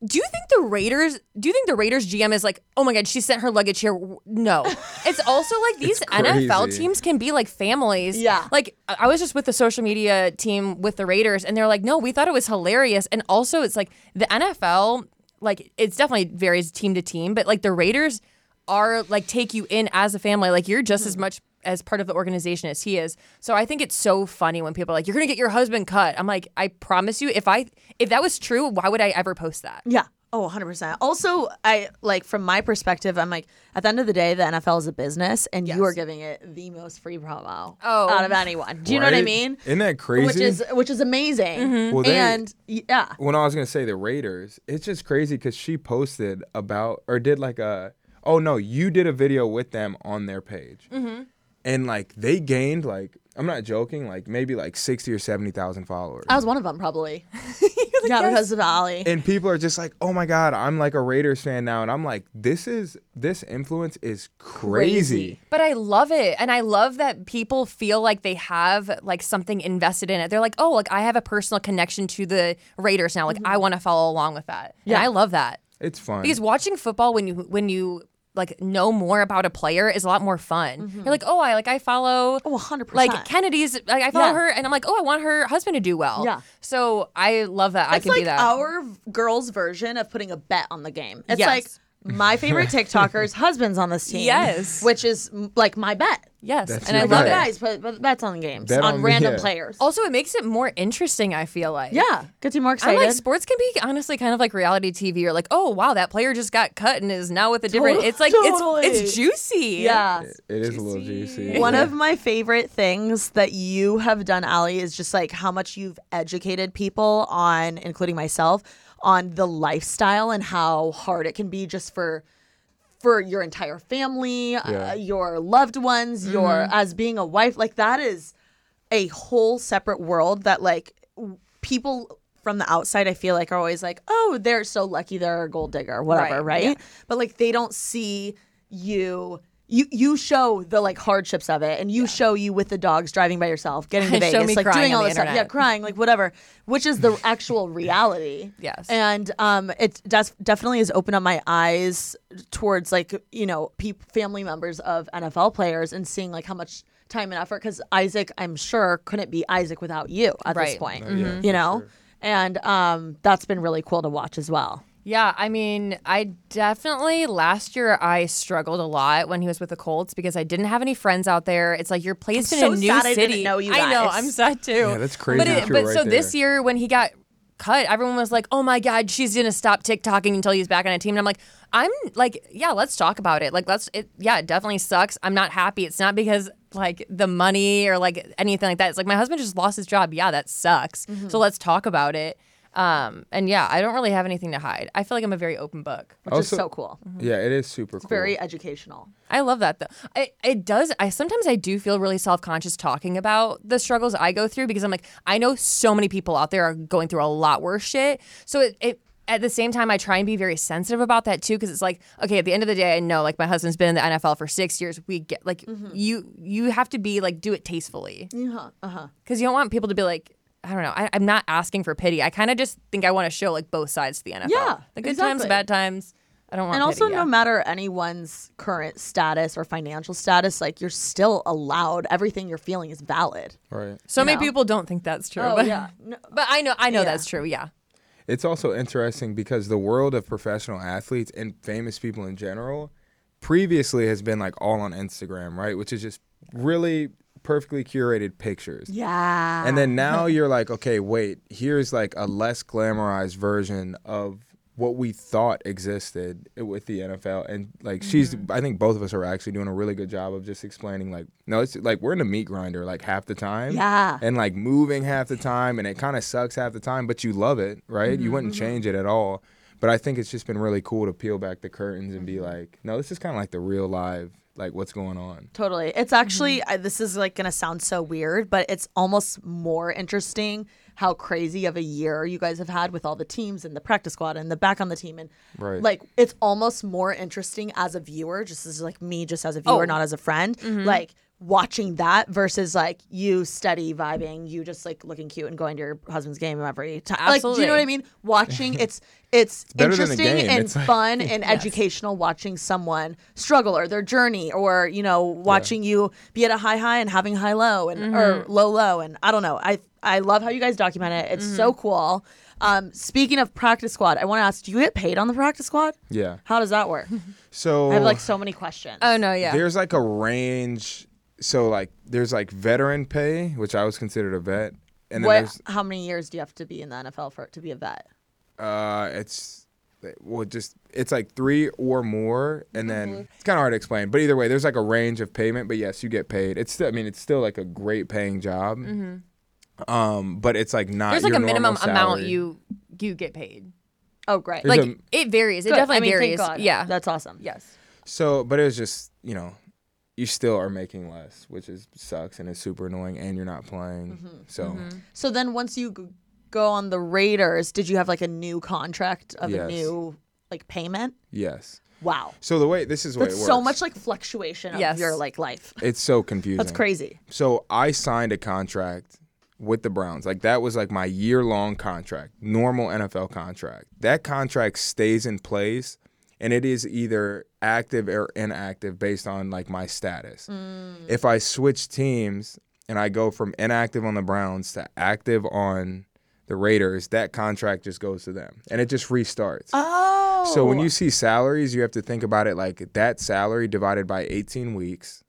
Speaker 2: Do you think the Raiders? Do you think the Raiders GM is like, oh my god, she sent her luggage here? W- No, it's also like these NFL
Speaker 3: crazy.
Speaker 2: teams can be like families.
Speaker 1: Yeah.
Speaker 2: Like I I was just with the social media team with the Raiders, and they're like, no, we thought it was hilarious. And also, it's like the NFL, like it's definitely varies team to team, but like the Raiders are like take you in as a family. Like you're just as much as part of the organization as he is. So I think it's so funny when people are like, you're gonna get your husband cut. I'm like, I promise you, if I if that was true, why would I ever post that?
Speaker 1: Yeah. Oh, 100%. Also, I like from my perspective, I'm like, at the end of the day, the NFL is a business, and you are giving it the most free promo
Speaker 2: Oh.
Speaker 1: out of anyone. Do you know what I
Speaker 3: Right?
Speaker 1: mean?
Speaker 3: Isn't that crazy?
Speaker 1: Which is which is amazing.
Speaker 2: Mm-hmm.
Speaker 3: Well, they-
Speaker 1: and yeah.
Speaker 3: when I was gonna say the Raiders, it's just crazy because she posted about or did like a oh no, you did a video with them on their page, and like they gained like I'm not joking, like maybe like sixty or seventy thousand followers.
Speaker 1: I was one of them, probably. yeah, because of Ali.
Speaker 3: and people are just like, "Oh my god, I'm like a Raiders fan now," and I'm like, "This is this influence is crazy."
Speaker 2: But I love it. And I love that people feel like they have like something invested in it. They're like, oh, like I have a personal connection to the Raiders now. Like
Speaker 1: Mm-hmm.
Speaker 2: I want to follow along with that. Yeah. And I love that.
Speaker 3: It's fun.
Speaker 2: Because watching football when you when you like know more about a player is a lot more fun. You're like, oh, I like I follow
Speaker 1: Mm-hmm. Oh, 100%.
Speaker 2: like Kennedy's like I follow
Speaker 1: Yeah.
Speaker 2: her and I'm like, oh, I want her husband to do well.
Speaker 1: Yeah.
Speaker 2: So I love that. I
Speaker 1: It's
Speaker 2: can
Speaker 1: like
Speaker 2: do that.
Speaker 1: our v- girls' version of putting a bet on the game. It's
Speaker 2: Yes.
Speaker 1: like my favorite TikToker's husband's on this team.
Speaker 2: Yes.
Speaker 1: Which is m- like my bet.
Speaker 2: yes.
Speaker 3: That's
Speaker 2: And I
Speaker 3: your
Speaker 2: love
Speaker 3: bet.
Speaker 2: it.
Speaker 1: Guys, but, but bets on games,
Speaker 3: Bet
Speaker 1: on,
Speaker 3: on-
Speaker 1: random
Speaker 3: yeah.
Speaker 1: players.
Speaker 2: Also, it makes it more interesting, I feel like.
Speaker 1: yeah. Gets you more
Speaker 2: I'm
Speaker 1: excited.
Speaker 2: like sports can be honestly kind of like reality TV or like oh wow that player just got cut and is now with a different
Speaker 1: Totally-
Speaker 2: it's like
Speaker 1: totally.
Speaker 2: it's it's juicy
Speaker 1: yeah.
Speaker 3: it is a little juicy.
Speaker 1: One of my favorite things that you have done, Ali, is just like how much you've educated people on, including myself, on the lifestyle and how hard it can be just for for your entire family, uh,
Speaker 3: Yeah.
Speaker 1: your loved ones, your as being a wife. Like that is a whole separate world that like w- people from the outside I feel like are always like, "Oh, they're so lucky they're a gold digger, whatever," right?
Speaker 2: Right, yeah.
Speaker 1: But like they don't see you you you show the like hardships of it, and you show you with the dogs driving by yourself, getting to
Speaker 2: Show
Speaker 1: Vegas,
Speaker 2: me
Speaker 1: like
Speaker 2: crying
Speaker 1: doing
Speaker 2: on
Speaker 1: all
Speaker 2: the
Speaker 1: this stuff, yeah,
Speaker 2: internet.
Speaker 1: crying, like whatever, which is the actual reality.
Speaker 2: Yes.
Speaker 1: and um, it def- definitely has opened up my eyes towards like you know peop family members of NFL players and seeing like how much time and effort because Isaac, I'm sure, couldn't be Isaac without you at this
Speaker 2: Right.
Speaker 1: point,
Speaker 3: yeah,
Speaker 1: you know. And um, that's been really cool to watch as well.
Speaker 2: Yeah, I mean, I definitely last year I struggled a lot when he was with the Colts because I didn't have any friends out there. It's like you're placed
Speaker 1: I'm
Speaker 2: in
Speaker 1: so
Speaker 2: a new
Speaker 1: sad I
Speaker 2: city.
Speaker 1: didn't know you
Speaker 2: I know,
Speaker 1: guys.
Speaker 2: I'm sad too. Yeah,
Speaker 3: that's crazy
Speaker 2: But,
Speaker 3: that you're
Speaker 2: but
Speaker 3: right
Speaker 2: so this
Speaker 3: there.
Speaker 2: year when he got cut, everyone was like, "Oh my God, she's gonna stop TikToking until he's back on a team." And I'm like, I'm like, yeah, let's talk about it. Like, let's. It, yeah, it definitely sucks. I'm not happy. It's not because like the money or like anything like that. It's like my husband just lost his job. Yeah, that sucks. So let's talk about it. Um, and yeah, I don't really have anything to hide. I feel like I'm a very open book.
Speaker 1: Which is
Speaker 3: Also-
Speaker 1: so cool.
Speaker 3: Yeah, it is super cool.
Speaker 1: Very educational.
Speaker 2: I love that though. I it does. I sometimes I do feel really self conscious talking about the struggles I go through because I'm like I know so many people out there are going through a lot worse shit. So it. it at the same time, I try and be very sensitive about that too, because it's like, okay, at the end of the day, I know like my husband's been in the NFL for six years. We get like
Speaker 1: Mm-hmm.
Speaker 2: you, you have to be like, do it tastefully, because
Speaker 1: Uh-huh,
Speaker 2: you don't want people to be like, I don't know. I, I'm not asking for pity. I kind of just think I want to show like both sides to the NFL,
Speaker 1: Yeah,
Speaker 2: the good times,
Speaker 1: exactly.
Speaker 2: the bad times. I don't want
Speaker 1: and
Speaker 2: pity,
Speaker 1: also
Speaker 2: yeah.
Speaker 1: no matter anyone's current status or financial status like you're still allowed everything you're feeling is valid
Speaker 3: Right.
Speaker 2: So many people don't think that's true.
Speaker 1: Oh,
Speaker 2: but,
Speaker 1: yeah. No.
Speaker 2: but I know I know that's true. Yeah.
Speaker 3: It's also interesting because the world of professional athletes and famous people in general previously has been like all on Instagram, right? Which is just really perfectly curated pictures.
Speaker 1: yeah
Speaker 3: And then now you're like, okay, wait, here's like a less glamorized version of what we thought existed with the NFL. And like, she's,
Speaker 1: Mm-hmm.
Speaker 3: I think both of us are actually doing a really good job of just explaining, like, no, it's like we're in a meat grinder like half the time.
Speaker 1: Yeah.
Speaker 3: And like moving half the time. And it kind of sucks half the time, but you love it, right? You
Speaker 1: Mm-hmm.
Speaker 3: wouldn't change it at all. But I think it's just been really cool to peel back the curtains and be
Speaker 1: Mm-hmm.
Speaker 3: like, no, this is kind of like the real live, like what's going on.
Speaker 1: totally
Speaker 3: Mm-hmm.
Speaker 1: it's actually I, this is like gonna sound so weird but it's almost more interesting how crazy of a year you guys have had with all the teams and the practice squad and the back on the team and
Speaker 3: Right.
Speaker 1: like it's almost more interesting as a viewer just as like me just as a
Speaker 3: Oh.
Speaker 1: viewer not as a friend
Speaker 3: Mm-hmm.
Speaker 1: like watching that versus like you steady vibing you just like looking cute and going to your husband's game every time like do you know what i
Speaker 2: Absolutely.
Speaker 1: mean watching it's it's,
Speaker 3: better than a
Speaker 1: interesting
Speaker 3: game.
Speaker 1: and
Speaker 3: It's like-
Speaker 1: fun and educational watching someone struggle or their journey or you know watching you be at a high high and having high low and
Speaker 2: Mm-hmm.
Speaker 1: or low low and i don't know i i love how you guys document it it's
Speaker 2: Mm-hmm.
Speaker 1: so cool um speaking of practice squad i want to ask do you get paid on the practice squad
Speaker 3: Yeah.
Speaker 1: how does that work
Speaker 3: So
Speaker 1: i have like so many questions
Speaker 2: Oh no. Yeah.
Speaker 3: There's like a range. So like there's like veteran pay, which I was considered a vet, and then
Speaker 1: what
Speaker 3: there's
Speaker 1: how many years do you have to be in the nfl for it to be a vet
Speaker 3: uh, it's well just it's like three or more, and
Speaker 2: Mm-hmm.
Speaker 3: then it's kind of hard to explain. But either way, there's like a range of payment. But yes, you get paid. It's still, I mean, it's still like a great paying job. Um, but it's like
Speaker 2: Mm-hmm.
Speaker 3: not
Speaker 2: There's like
Speaker 3: your
Speaker 2: a minimum
Speaker 3: normal
Speaker 2: amount
Speaker 3: salary.
Speaker 2: you you get paid.
Speaker 1: oh great
Speaker 3: There's
Speaker 2: Like
Speaker 3: a-
Speaker 2: it varies. It
Speaker 1: Good.
Speaker 2: definitely
Speaker 1: I mean, thank
Speaker 2: varies.
Speaker 1: God.
Speaker 2: Yeah.
Speaker 1: that's awesome
Speaker 2: yes.
Speaker 3: So, but it was just you know, you still are making less, which is sucks and it's super annoying, and you're not playing.
Speaker 2: Mm-hmm.
Speaker 3: So.
Speaker 1: So then once you g- go on the Raiders, did you have like a new contract of a
Speaker 3: Yes.
Speaker 1: new like payment?
Speaker 3: Yes.
Speaker 1: Wow.
Speaker 3: So the way this is what
Speaker 1: That's
Speaker 3: it works.
Speaker 1: so much like fluctuation of
Speaker 2: Yes.
Speaker 1: your like life.
Speaker 3: It's so confusing.
Speaker 1: That's crazy.
Speaker 3: So I signed a contract with the Browns. Like that was like my year long contract, normal NFL contract. That contract stays in place and it is either active or inactive based on like my status.
Speaker 1: Mm.
Speaker 3: If I switch teams and I go from inactive on the Browns to active on the Raiders, that contract just goes to them and it just restarts.
Speaker 1: Oh.
Speaker 3: So when you see salaries, you have to think about it like that salary divided by 18 weeks.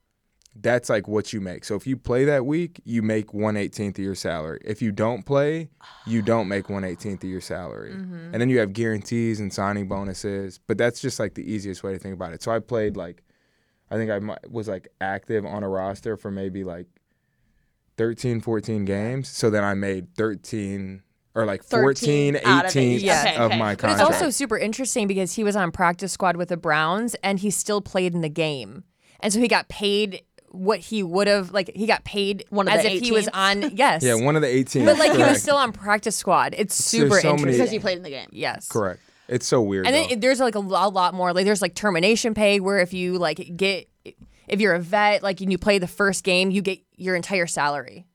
Speaker 3: That's like what you make. So if you play that week, you make 118th of your salary. If you don't play, you don't make 118th of your salary.
Speaker 1: Mm-hmm.
Speaker 3: And then you have guarantees and signing bonuses. But that's just like the easiest way to think about it. So I played like, I think I mi- was like active on a roster for maybe like 13, 14 games. So then I made 13 or like 14,
Speaker 1: 13 out of it.
Speaker 3: 18
Speaker 1: Yeah.
Speaker 3: of
Speaker 1: Okay,
Speaker 3: my
Speaker 1: okay. But
Speaker 3: contract.
Speaker 2: It's also super interesting because he was on practice squad with the Browns and he still played in the game, and so he got paid what he would have like he got paid
Speaker 1: One of
Speaker 2: as
Speaker 1: the
Speaker 2: if he was
Speaker 1: 18s.
Speaker 2: on yes
Speaker 3: Yeah, one of the 18.
Speaker 2: but like he was
Speaker 3: correct.
Speaker 2: still on practice squad it's
Speaker 3: there's
Speaker 2: super
Speaker 3: so many-
Speaker 2: interesting
Speaker 1: because you played in the game.
Speaker 2: yes
Speaker 3: correct. It's so weird.
Speaker 2: And
Speaker 3: though.
Speaker 2: then it- there's like a, lo- lot more. Like there's like termination pay where if you like get if you're a vet, like and you play the first game, you get your entire salary.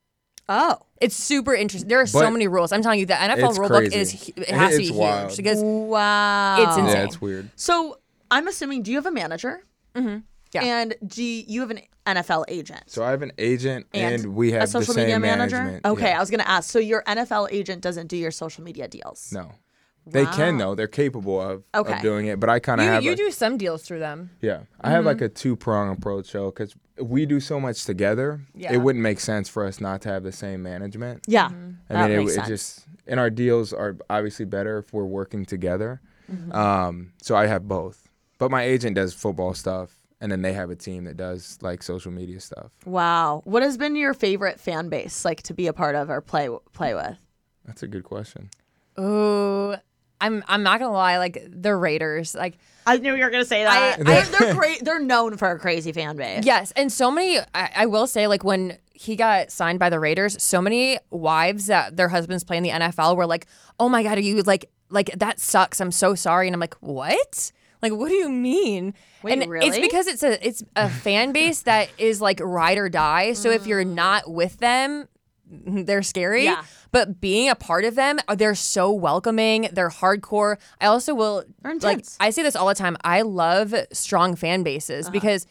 Speaker 1: Oh.
Speaker 2: It's super interesting. There are so
Speaker 3: But
Speaker 2: many rules. I'm telling you, the NFL
Speaker 3: it's
Speaker 2: rulebook
Speaker 3: crazy.
Speaker 2: is hu- it has to be
Speaker 3: It's
Speaker 2: huge
Speaker 3: wild.
Speaker 2: because
Speaker 1: Wow.
Speaker 2: it's insane.
Speaker 3: Yeah, it's weird.
Speaker 1: So I'm assuming, do you have a manager?
Speaker 2: Yeah.
Speaker 1: And do you, you have an NFL agent?
Speaker 3: So I have an agent, and, we have
Speaker 1: a social
Speaker 3: the same
Speaker 1: media manager.
Speaker 3: management.
Speaker 1: Okay,
Speaker 3: Yeah.
Speaker 1: I was gonna ask. So your NFL agent doesn't do your social media deals.
Speaker 3: No. They can though. They're capable of,
Speaker 1: Okay.
Speaker 3: of doing it. But I kind of
Speaker 2: You,
Speaker 3: have
Speaker 2: you
Speaker 3: a,
Speaker 2: do Mm-hmm. some deals through them.
Speaker 3: yeah. I have like a two prong approach though, because we do so much together.
Speaker 2: Yeah.
Speaker 3: It wouldn't make sense for us not to have the same management.
Speaker 1: Yeah,
Speaker 3: I
Speaker 1: that
Speaker 3: mean,
Speaker 1: makes
Speaker 3: it, it
Speaker 1: sense.
Speaker 3: just and our deals are obviously better if we're working together.
Speaker 1: Mm-hmm.
Speaker 3: Um, so I have both, but my agent does football stuff, and then they have a team that does like social media stuff.
Speaker 1: wow. What has been your favorite fan base like to be a part of or play play with?
Speaker 3: That's a good question.
Speaker 2: Ooh, I'm I'm not gonna lie. Like the Raiders, like
Speaker 1: I knew you were gonna say
Speaker 2: I-
Speaker 1: that. they're, they're great. They're known for a crazy fan base.
Speaker 2: Yes, and so many. I, I will say, like when he got signed by the Raiders, so many wives that their husbands play in the NFL were like, "Oh my god, are you like like that sucks? I'm so sorry." And I'm like, "What? Like, what do you mean?"
Speaker 1: Wait,
Speaker 2: and it's
Speaker 1: really?
Speaker 2: because it's a it's a fan base that is like ride or die. So if you're not with them. They're scary,
Speaker 1: Mm. Yeah.
Speaker 2: but being a part of them, uh, they're so welcoming. They're hardcore. I also will
Speaker 1: They're
Speaker 2: like
Speaker 1: intense. Uh-huh.
Speaker 2: I say this all the time. I love strong fan bases because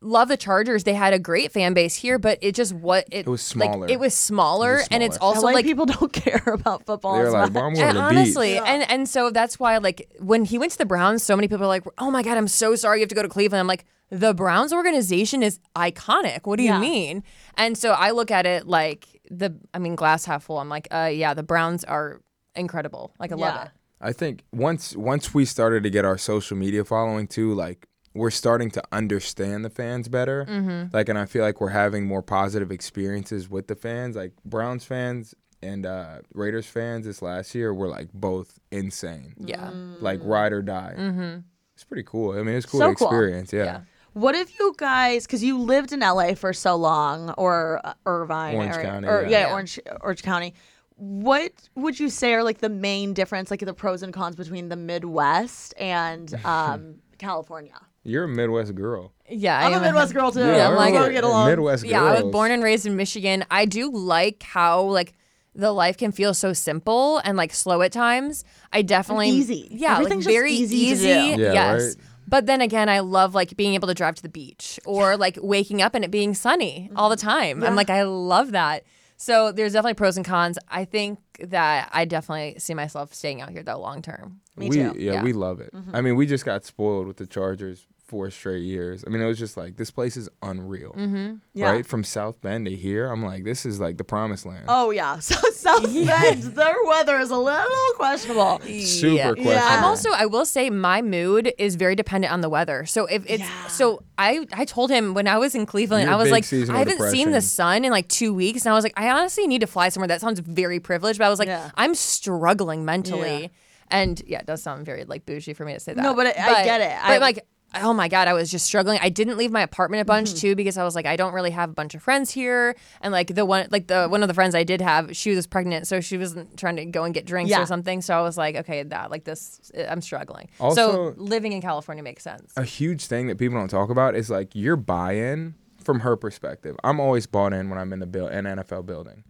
Speaker 2: love the Chargers. They had a great fan base here, but it just what it,
Speaker 3: was
Speaker 2: like,
Speaker 3: smaller.
Speaker 2: it was smaller,
Speaker 3: It was
Speaker 2: and it's
Speaker 3: smaller.
Speaker 2: also
Speaker 1: LA
Speaker 2: like
Speaker 1: people don't care about football.
Speaker 3: They're
Speaker 1: as
Speaker 3: like,
Speaker 1: much.
Speaker 3: well, I'm
Speaker 2: and
Speaker 3: going to the beach.
Speaker 2: honestly, and and so that's why like when he went to the Browns, so many people are like, "Oh my god, I'm so sorry you have to go to Cleveland." I'm like, "The Browns organization is iconic. What do
Speaker 1: Yeah.
Speaker 2: you mean?" And so I look at it like the I mean glass half full. I'm like, "Uh yeah, the Browns are incredible. Like I
Speaker 1: Yeah.
Speaker 2: love it."
Speaker 3: I think once once we started to get our social media following too, like we're starting to understand the fans better.
Speaker 1: Mm-hmm.
Speaker 3: Like, and I feel like we're having more positive experiences with the fans. Like Browns fans and uh, Raiders fans this last year were like both insane.
Speaker 2: Yeah.
Speaker 1: Mm-hmm.
Speaker 3: Like ride or die. Mm-hmm. It's pretty cool. I mean, it's cool
Speaker 1: So
Speaker 3: to
Speaker 1: cool.
Speaker 3: experience. Yeah.
Speaker 1: What if you guys, because you lived in LA for so long, or uh, Irvine,
Speaker 3: Orange
Speaker 1: area-
Speaker 3: County,
Speaker 1: or
Speaker 3: yeah.
Speaker 1: yeah, Orange Orange County. What would you say are like the main difference, like the pros and cons between the Midwest and um, California?
Speaker 3: You're a Midwest girl.
Speaker 2: Yeah, I
Speaker 1: I'm a
Speaker 2: am
Speaker 1: Midwest girl too.
Speaker 3: Yeah,
Speaker 2: I'm like-
Speaker 1: We'll get along.
Speaker 3: Midwest
Speaker 2: yeah,
Speaker 3: girls.
Speaker 2: I was born and raised in Michigan. I do like how like the life can feel so simple and like slow at times. I definitely
Speaker 1: easy.
Speaker 2: Yeah, like
Speaker 1: Everything's just
Speaker 2: very
Speaker 1: easy to
Speaker 2: easy.
Speaker 1: do.
Speaker 3: Yeah,
Speaker 2: yes.
Speaker 3: right?
Speaker 2: But then again, I love like being able to drive to the beach or like waking up and it being sunny all the time. I'm like, I love that. So there's definitely pros and cons. I think that I definitely see myself staying out here though long term.
Speaker 1: Me
Speaker 3: we,
Speaker 1: too.
Speaker 3: Yeah,
Speaker 2: Yeah.
Speaker 3: we love it. I mean, we just got spoiled with the Chargers four straight years. I mean, it was just like this place is unreal, mm-hmm.
Speaker 1: Yeah.
Speaker 3: right? From South Bend to here, I'm like, this is like the promised land.
Speaker 1: Oh yeah. So South Bend, their weather is a little questionable.
Speaker 3: Super
Speaker 2: Yeah.
Speaker 3: questionable.
Speaker 1: Yeah.
Speaker 2: I'm also I will say my mood is very dependent on the weather. So if it's so I I told him when I was in Cleveland,
Speaker 3: Your
Speaker 2: I was
Speaker 3: big
Speaker 2: like
Speaker 3: seasonal
Speaker 2: I haven't seen the
Speaker 3: depression.
Speaker 2: sun in like 2 weeks and I was like I honestly need to fly somewhere. That sounds very privileged, but I was like
Speaker 1: Yeah.
Speaker 2: I'm struggling mentally.
Speaker 1: Yeah.
Speaker 2: And yeah, it does sound very like bougie for me to say that.
Speaker 1: No, but I- I get it.
Speaker 2: But
Speaker 1: I-
Speaker 2: like Oh my God, I was just struggling. I didn't leave my apartment a
Speaker 3: Mm-hmm.
Speaker 2: bunch too because I was like, I don't really have a bunch of friends here. And like the one, like the one of the friends I did have, she was pregnant, so she wasn't trying to go and get drinks
Speaker 1: Yeah.
Speaker 2: or something something. So I was like, okay, that like this, I'm struggling.
Speaker 3: Also- Uh,
Speaker 2: so living in California makes sense.
Speaker 3: a huge thing that people don't talk about is like your buy-in from her perspective. I'm always bought in when I'm in the bill an NFL building.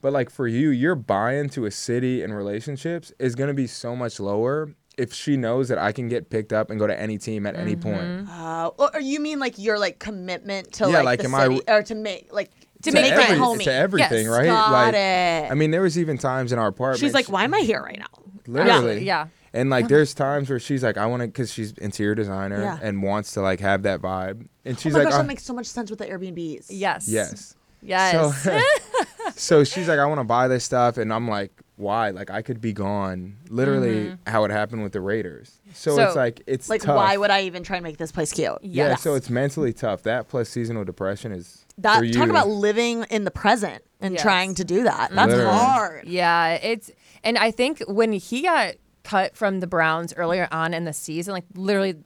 Speaker 3: But like for you, your buy-in to a city and relationships is gonna be so much lower if she knows that I can get picked up and go to any team at any point.
Speaker 1: Uh, or or you mean like your like commitment to
Speaker 3: Yeah,
Speaker 1: like,
Speaker 3: like,
Speaker 1: the
Speaker 3: am I-
Speaker 1: city, or to make like
Speaker 2: To
Speaker 3: To,
Speaker 2: make
Speaker 1: it
Speaker 3: every-
Speaker 2: friends.
Speaker 1: homie.
Speaker 3: to everything,
Speaker 2: Yes.
Speaker 3: right?
Speaker 1: Got
Speaker 3: like,
Speaker 1: it.
Speaker 3: I mean, there was even times in our apartment.
Speaker 1: She's like,
Speaker 3: she-
Speaker 1: why am I here right now?
Speaker 3: literally,
Speaker 2: Yeah.
Speaker 3: And like, there's times where she's like, I want to, because she's interior designer
Speaker 1: Yeah.
Speaker 3: and wants to like have that vibe, and she's
Speaker 1: oh my
Speaker 3: like,
Speaker 1: gosh,
Speaker 3: "Uh,
Speaker 1: that makes so much sense with the Airbnbs.
Speaker 2: Yes.
Speaker 3: yes,
Speaker 2: Yes.
Speaker 3: So, so she's like, I want to buy this stuff, and I'm like, why? Like, I could be gone. Literally, how it happened with the Raiders. So,
Speaker 2: So,
Speaker 3: it's like, it's
Speaker 1: Mm-hmm. Like,
Speaker 3: tough.
Speaker 1: why would I even try and make this place cute?
Speaker 3: Yeah.
Speaker 2: Yes.
Speaker 3: So it's mentally tough. That plus seasonal depression is for
Speaker 1: That
Speaker 3: you.
Speaker 1: talk about living in the present and
Speaker 2: Yes.
Speaker 1: trying to do that. That's
Speaker 3: Literally.
Speaker 1: hard.
Speaker 2: yeah. It's and I think when he got cut from the Browns earlier on in the season, like literally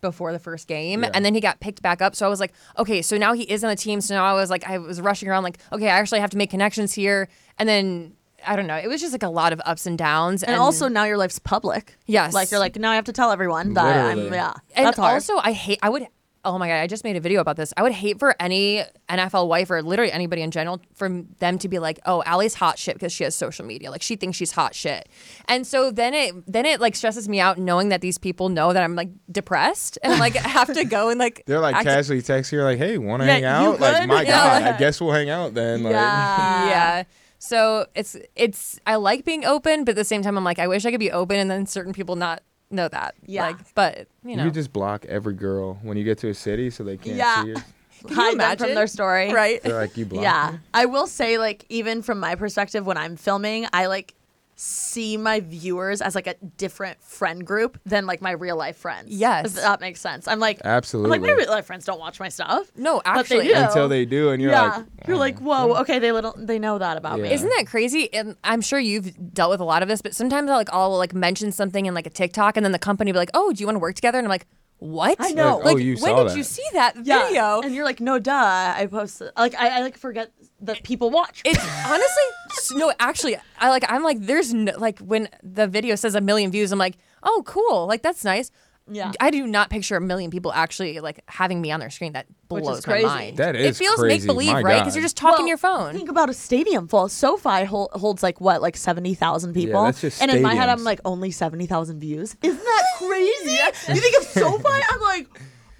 Speaker 2: before the first game,
Speaker 3: Yeah.
Speaker 2: and then he got picked back up. So I was like, okay, so now he is on the team. So now I was like, I was rushing around, like, okay, I actually have to make connections here, and then. I don't know. It was just like a lot of ups and downs,
Speaker 1: And, also now your life's public.
Speaker 2: Yes.
Speaker 1: Like you're like now I have to tell everyone that I'm
Speaker 3: Literally.
Speaker 1: yeah.
Speaker 2: And
Speaker 1: that's hard.
Speaker 2: also, I hate. I would oh my God, I just made a video about this. I would hate for any NFL wife or literally anybody in general for them to be like, oh, Allie's hot shit because she has social media. Like she thinks she's hot shit. And so then it then it like stresses me out knowing that these people know that I'm like depressed and like have to go and like
Speaker 3: They're like
Speaker 2: act-
Speaker 3: casually texting you, like, "Hey, want to hang
Speaker 1: you
Speaker 3: out?" Like,
Speaker 1: good?
Speaker 3: my
Speaker 2: Yeah.
Speaker 3: God, I guess we'll hang out then. Like,
Speaker 2: yeah. So it's it's I like being open, but at the same time I'm like I wish I could be open, and then certain people not know that.
Speaker 1: Yeah.
Speaker 2: Like, but you know,
Speaker 3: You just block every girl when you get to a city so they can't
Speaker 1: Yeah.
Speaker 3: see you.
Speaker 2: Can you
Speaker 1: hide them from
Speaker 2: imagine?
Speaker 1: their story.
Speaker 2: right?
Speaker 3: They're like, you block.
Speaker 1: Yeah.
Speaker 3: me?
Speaker 1: I will say, like, even from my perspective, when I'm filming, I like see my viewers as like a different friend group than like my real life friends.
Speaker 2: Yes.
Speaker 1: If that makes sense. I'm like,
Speaker 3: Absolutely.
Speaker 1: I'm like, my real life friends don't watch my stuff.
Speaker 2: No,
Speaker 1: But they
Speaker 2: actually.
Speaker 1: do.
Speaker 3: Until they do, and you're
Speaker 1: yeah.
Speaker 3: like,
Speaker 1: you're like, whoa, okay, they little they know that about me.
Speaker 3: Yeah.
Speaker 2: Isn't that crazy? And I'm sure you've dealt with a lot of this, but sometimes I'll like I'll like mention something in like a TikTok, and then the company will be like, "Oh, do you want to work together?" And I'm like, "What? I
Speaker 1: know.
Speaker 3: Like,
Speaker 2: Like,
Speaker 3: oh, you
Speaker 2: when
Speaker 3: saw
Speaker 2: did
Speaker 3: that.
Speaker 2: you see that
Speaker 1: Yeah.
Speaker 2: video?
Speaker 1: And you're like, no, duh. I posted. Like, I, I like forget that people watch.
Speaker 2: It's honestly s- no. Actually, I like. I'm like. There's no like when the video says a million views. I'm like, oh, cool. Like that's nice.
Speaker 1: Yeah.
Speaker 2: I do not picture a million people actually like having me on their screen. That
Speaker 1: is
Speaker 2: blows
Speaker 1: crazy.
Speaker 2: my mind.
Speaker 3: That
Speaker 2: It
Speaker 3: is
Speaker 2: feels make
Speaker 3: crazy.
Speaker 2: believe,
Speaker 3: My
Speaker 2: right? Because
Speaker 3: God.
Speaker 2: you're just talking
Speaker 1: Well,
Speaker 2: to your phone.
Speaker 1: Think about a stadium full. SoFi hol- holds like what, like seventy thousand people.
Speaker 3: that's just
Speaker 1: and in my head, I'm
Speaker 3: stadiums.
Speaker 1: like only seventy thousand views. Isn't that crazy? You think of SoFi, I'm like,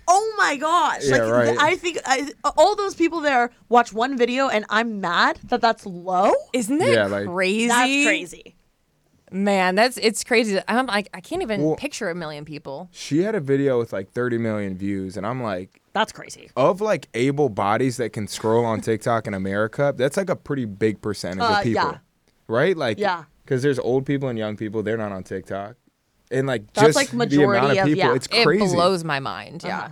Speaker 1: oh my gosh.
Speaker 3: Yeah,
Speaker 1: like th-
Speaker 3: right.
Speaker 1: I think I, all those people there watch one video, and I'm mad that that's low.
Speaker 2: Isn't that
Speaker 3: Yeah, like-
Speaker 2: crazy?
Speaker 1: That's crazy.
Speaker 2: man. That's it's crazy. I'm like, I can't even
Speaker 3: Well-
Speaker 2: picture a million people.
Speaker 3: She had a video with like 30 million views, and I'm like,
Speaker 1: That's crazy.
Speaker 3: of like able bodies that can scroll on TikTok in America, that's like a pretty big percentage
Speaker 1: Uh,
Speaker 3: of people,
Speaker 1: yeah.
Speaker 3: right? Like,
Speaker 1: Yeah.
Speaker 3: because there's old people and young people, they're not on TikTok, and like
Speaker 1: That's,
Speaker 3: just
Speaker 1: like,
Speaker 3: the amount
Speaker 1: majority
Speaker 3: of
Speaker 1: of-
Speaker 3: people,
Speaker 1: yeah.
Speaker 3: it's crazy.
Speaker 2: It blows my mind. Yeah.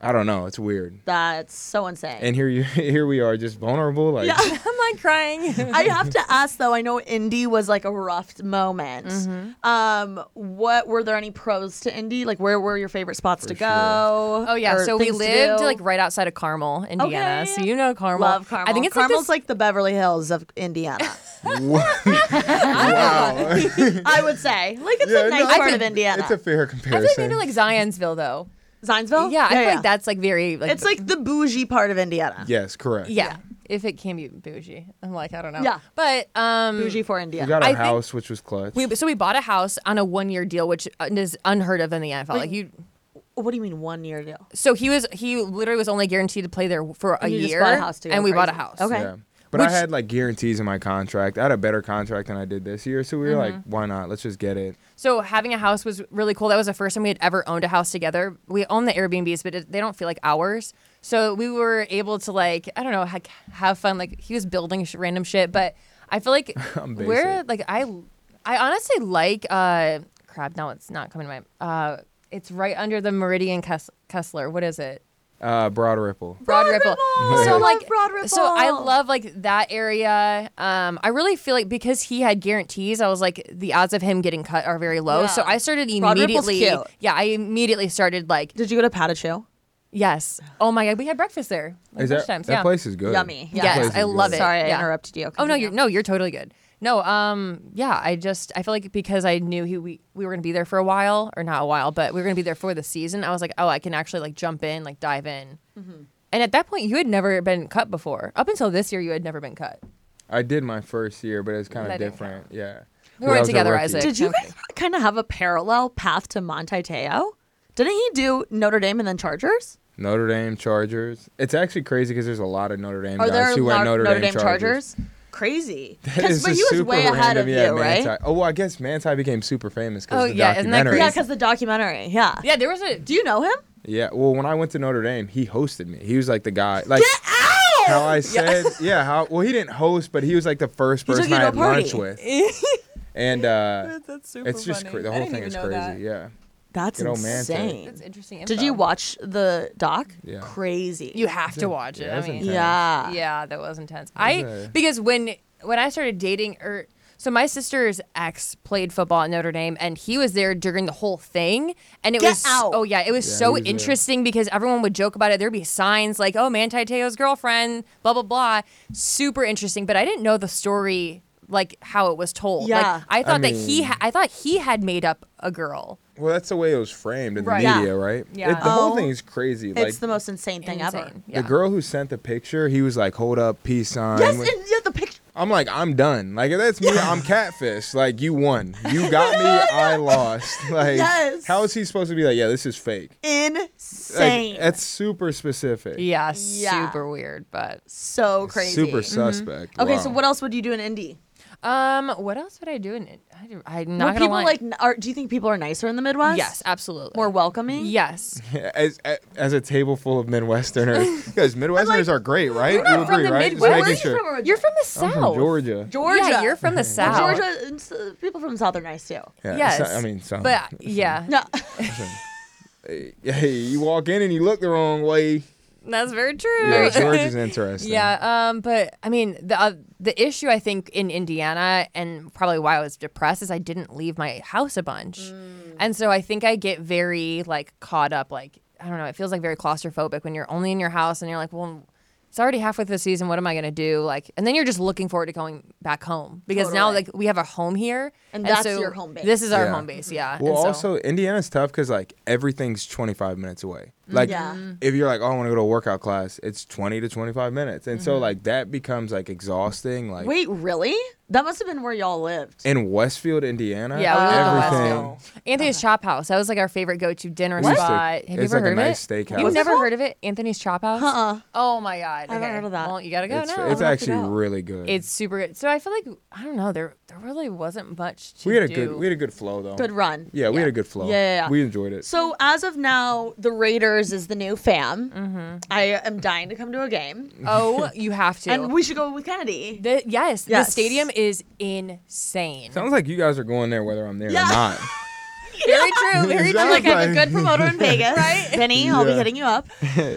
Speaker 3: I don't know, it's weird.
Speaker 1: That's so insane.
Speaker 3: And here you, here we are, just vulnerable, like
Speaker 2: I'm like crying.
Speaker 1: I have to ask though. I know Indy was like a rough moment.
Speaker 2: Mm-hmm.
Speaker 1: Um, what were there any pros to Indy? Like, where were your favorite spots to go?
Speaker 2: Oh yeah,
Speaker 1: or
Speaker 2: so we
Speaker 1: things to
Speaker 2: lived
Speaker 1: do?
Speaker 2: like right outside of Carmel, Indiana.
Speaker 1: Okay.
Speaker 2: So you know Carmel.
Speaker 1: love Carmel.
Speaker 2: I think it's
Speaker 1: Carmel's
Speaker 2: like,
Speaker 1: like, the Beverly Hills of Indiana.
Speaker 3: wow.
Speaker 1: I would say, like it's a nice
Speaker 3: no,
Speaker 1: part
Speaker 3: it's-
Speaker 1: of Indiana.
Speaker 3: It's a fair
Speaker 2: this, I
Speaker 3: comparison.
Speaker 2: feel like maybe like Zionsville though.
Speaker 1: Zionsville.
Speaker 2: Yeah, I feel like that's like very like
Speaker 1: Oh, It's like the bougie part of Indiana.
Speaker 3: yes, correct.
Speaker 2: yeah, If it can be bougie, I'm like I don't know.
Speaker 1: Yeah.
Speaker 2: but um,
Speaker 1: Bougie for Indiana.
Speaker 3: We got
Speaker 2: I
Speaker 3: our
Speaker 2: think-
Speaker 3: house, which was clutch.
Speaker 2: we so we bought a house on a one year deal, which uh, is unheard of in the NFL. Like you,
Speaker 1: what do you mean one year deal?
Speaker 2: so he was he literally was only guaranteed to play there for a
Speaker 1: you just
Speaker 2: year,
Speaker 1: bought a house to go
Speaker 2: and we bought a
Speaker 1: crazy.
Speaker 2: house.
Speaker 1: Okay.
Speaker 3: Yeah. But I had like guarantees in my contract. I had a better contract than I did this year. So we were like, why not? Let's just get it.
Speaker 2: So having a house was really cool. That was the first time we had ever owned a house together. We own the Airbnbs, but it, they don't feel like ours. So we were able to like I don't know like, have fun. Like he was building sh- random shit, but I feel like we're
Speaker 3: basic.
Speaker 2: like I I honestly like uh crap. Now it's not coming to my uh it's right under the Meridian Kess- Kessler. What is it?
Speaker 3: Uh, Broad Ripple.
Speaker 2: Broad, Ripple.
Speaker 1: Ripple!
Speaker 2: So
Speaker 1: I love
Speaker 2: like
Speaker 1: Broad
Speaker 2: So I
Speaker 1: Ripple.
Speaker 2: love like that area. Um, I really feel like because he had guarantees, I was like the odds of him getting cut are very low.
Speaker 1: Yeah.
Speaker 2: So I started
Speaker 1: Broad Ripple's
Speaker 2: immediately.
Speaker 1: cute.
Speaker 2: Yeah, I immediately started like
Speaker 1: Did you go to Patacho?
Speaker 2: yes. Oh my god, we had breakfast there. Like,
Speaker 3: Is that,
Speaker 2: lunchtimes,
Speaker 3: that
Speaker 2: yeah.
Speaker 3: place is good.
Speaker 1: Yummy.
Speaker 3: That
Speaker 1: Yeah.
Speaker 3: place
Speaker 2: Yes,
Speaker 3: is
Speaker 2: I love
Speaker 3: good.
Speaker 2: it.
Speaker 1: Sorry, I
Speaker 2: Yeah.
Speaker 1: interrupted you.
Speaker 2: Oh no,
Speaker 1: Continue.
Speaker 2: you're no, you're totally good. No, um, yeah, I just I feel like because I knew he we, we were gonna be there for a while or not a while, but we were gonna be there for the season. I was like, oh, I can actually like jump in, like dive in.
Speaker 1: Mm-hmm.
Speaker 2: And at that point, you had never been cut before. Up until this year, you had never been cut.
Speaker 3: I did my first year, but it's kind
Speaker 2: That
Speaker 3: of
Speaker 2: didn't
Speaker 3: different. Yeah.
Speaker 2: We
Speaker 3: But I
Speaker 2: weren't
Speaker 3: was a
Speaker 2: together,
Speaker 3: rookie.
Speaker 2: Isaac.
Speaker 1: Did you
Speaker 2: Okay.
Speaker 1: guys kind of have a parallel path to Monte Teo? Didn't he do Notre Dame and then Chargers?
Speaker 3: Notre Dame Chargers. It's actually crazy because there's a lot of Notre Dame
Speaker 1: Are
Speaker 3: guys
Speaker 1: there
Speaker 3: who went
Speaker 1: lar-
Speaker 3: Notre, Dame, Chargers.
Speaker 1: Crazy.
Speaker 3: That
Speaker 1: 'Cause-
Speaker 3: is
Speaker 1: But he
Speaker 3: just
Speaker 1: was
Speaker 3: super
Speaker 1: way ahead of
Speaker 3: random. yeah,
Speaker 1: you, right?
Speaker 3: Manti- Oh, well, I guess Manti became super famous because
Speaker 2: Oh,
Speaker 3: of the
Speaker 2: yeah, isn't that
Speaker 3: documentary.
Speaker 2: crazy?
Speaker 1: Yeah, because the documentary. Yeah.
Speaker 2: Yeah, there was a.
Speaker 1: Do you know him?
Speaker 3: Yeah, well, when I went to Notre Dame, he hosted me. He was like the guy, like
Speaker 1: Ow!
Speaker 3: how I said, yeah. How well he didn't host, but he was like the first
Speaker 1: took
Speaker 3: person
Speaker 1: you
Speaker 3: I
Speaker 1: to a
Speaker 3: had lunch
Speaker 1: party.
Speaker 3: with. And uh,
Speaker 2: That's super
Speaker 3: it's just cra- the whole thing is crazy. Yeah,
Speaker 1: That's
Speaker 3: Good old man thing.
Speaker 2: That's
Speaker 1: insane.
Speaker 2: interesting.
Speaker 1: Did you watch the doc?
Speaker 3: Yeah.
Speaker 1: Crazy.
Speaker 2: You have to watch it.
Speaker 3: yeah,
Speaker 2: I
Speaker 3: that's
Speaker 2: mean,
Speaker 3: intense.
Speaker 1: yeah.
Speaker 2: yeah, that was intense.
Speaker 3: Okay.
Speaker 2: I because when when I started dating or so my sister's ex played football at Notre Dame and he was there during the whole thing and it
Speaker 1: Get
Speaker 2: was
Speaker 1: out.
Speaker 2: oh yeah it was
Speaker 3: Yeah,
Speaker 2: so
Speaker 3: he was there.
Speaker 2: interesting because everyone would joke about it there'd be signs like oh Manti Teo's girlfriend blah blah blah super interesting but I didn't know the story like how it was told
Speaker 1: Yeah.
Speaker 2: like I thought that he
Speaker 3: mean-
Speaker 2: ha- I thought he had made up a girl
Speaker 3: Well, that's the way it was framed in
Speaker 2: Right.
Speaker 3: the
Speaker 2: Yeah.
Speaker 3: media, right?
Speaker 2: Yeah.
Speaker 3: It, the whole
Speaker 1: Oh.
Speaker 3: thing is crazy.
Speaker 1: It's
Speaker 3: like
Speaker 1: the most insane thing ever.
Speaker 2: Insane. Yeah.
Speaker 3: the girl who sent the picture, he was like, "Hold up, peace sign."
Speaker 1: Yes,
Speaker 3: With-
Speaker 1: and yeah, the picture.
Speaker 3: I'm like, I'm done. Like if that's me, I'm catfish. Like you won, you got me, I lost. Like
Speaker 1: Yes.
Speaker 3: how is he supposed to be like? Yeah, this is fake. Like,
Speaker 1: Insane.
Speaker 3: that's super specific.
Speaker 2: Yeah, Mm-hmm.
Speaker 1: Yeah.
Speaker 2: super weird, but
Speaker 1: so crazy.
Speaker 3: Super suspect.
Speaker 1: Okay,
Speaker 3: Wow.
Speaker 1: so what else would you do in Indy?
Speaker 2: um, what else would I do? In it? I, do- I'm not
Speaker 1: Would
Speaker 2: gonna
Speaker 1: people
Speaker 2: lie.
Speaker 1: like? n- Are, do you think people are nicer in the Midwest?
Speaker 2: yes, absolutely
Speaker 1: More welcoming.
Speaker 2: Yes,
Speaker 3: as as a table full of Midwesterners, because Midwesterners are great, right? You're
Speaker 2: not from the Midwest.
Speaker 3: making
Speaker 2: Where are you
Speaker 3: sure.
Speaker 2: you're from the south.
Speaker 3: I'm from Georgia.
Speaker 1: Georgia.
Speaker 2: Yeah, you're from the
Speaker 1: But
Speaker 2: south.
Speaker 1: Georgia. and s- People from the South are nice too.
Speaker 3: Yeah,
Speaker 2: Yes.
Speaker 3: so- I mean, so,
Speaker 2: But yeah,
Speaker 1: No,
Speaker 3: hey, you walk in and you look the wrong way.
Speaker 2: that's very true.
Speaker 3: Yeah, Georgia's interesting.
Speaker 2: Yeah, um, but I mean the uh, the issue I think in Indiana and probably why I was depressed is I didn't leave my house a bunch,
Speaker 1: Mm.
Speaker 2: and so I think I get very like caught up. Like I don't know, it feels like very claustrophobic when you're only in your house and you're like, well, it's already halfway through the season. What am I gonna do? Like, and then you're just looking forward to going back home because now
Speaker 1: Totally.
Speaker 2: like we have a home here,
Speaker 1: And that's
Speaker 2: so
Speaker 1: your home base.
Speaker 2: This is our
Speaker 3: Yeah.
Speaker 2: home base. Yeah.
Speaker 3: Well,
Speaker 2: and so-
Speaker 3: also Indiana's tough because like everything's 25 minutes away.
Speaker 2: Mm-hmm.
Speaker 3: Like
Speaker 1: Yeah.
Speaker 3: if you're like, oh, I want to go to a workout class, it's 20 to 25 minutes, and
Speaker 2: Mm-hmm.
Speaker 3: so like that becomes like exhausting. Like
Speaker 1: wait, really? That must have been where y'all lived.
Speaker 3: in Westfield, Indiana,
Speaker 2: Yeah, we lived in
Speaker 3: everything.
Speaker 2: Westfield. Anthony's Chop House. That was like our favorite go-to dinner
Speaker 3: used to-
Speaker 2: spot. Have you
Speaker 3: it's
Speaker 2: ever
Speaker 3: like a
Speaker 2: heard
Speaker 3: nice
Speaker 2: of it?
Speaker 3: steakhouse.
Speaker 2: You've
Speaker 3: What's it
Speaker 2: never heard of it? Anthony's Chop House.
Speaker 1: Uh-uh.
Speaker 2: Oh my god. I
Speaker 1: haven't heard of that.
Speaker 2: Well, you gotta go
Speaker 3: It's,
Speaker 2: now.
Speaker 3: it's
Speaker 1: have to
Speaker 3: actually
Speaker 1: go.
Speaker 3: really good.
Speaker 2: It's super good. So I feel like I don't know. There there really wasn't much to
Speaker 3: we had a
Speaker 2: do.
Speaker 3: good we had a good flow though.
Speaker 1: Good run.
Speaker 3: Yeah, we had a good flow.
Speaker 1: Yeah, yeah, yeah.
Speaker 3: we enjoyed it.
Speaker 1: So as of now, the Raiders is the new fam.
Speaker 2: Mm-hmm.
Speaker 1: I am dying to come to a game,
Speaker 2: oh, you have to.
Speaker 1: and we should go with Kennedy.
Speaker 2: the, yes,
Speaker 1: Yes.
Speaker 2: the stadium is insane.
Speaker 3: Sounds like you guys are going there whether I'm there
Speaker 1: Yeah.
Speaker 3: or not.
Speaker 2: very true. Very true.
Speaker 1: Like
Speaker 2: Like,
Speaker 1: I have a good promoter in Vegas, right? Benny, I'll be
Speaker 3: Yeah.
Speaker 1: hitting you up.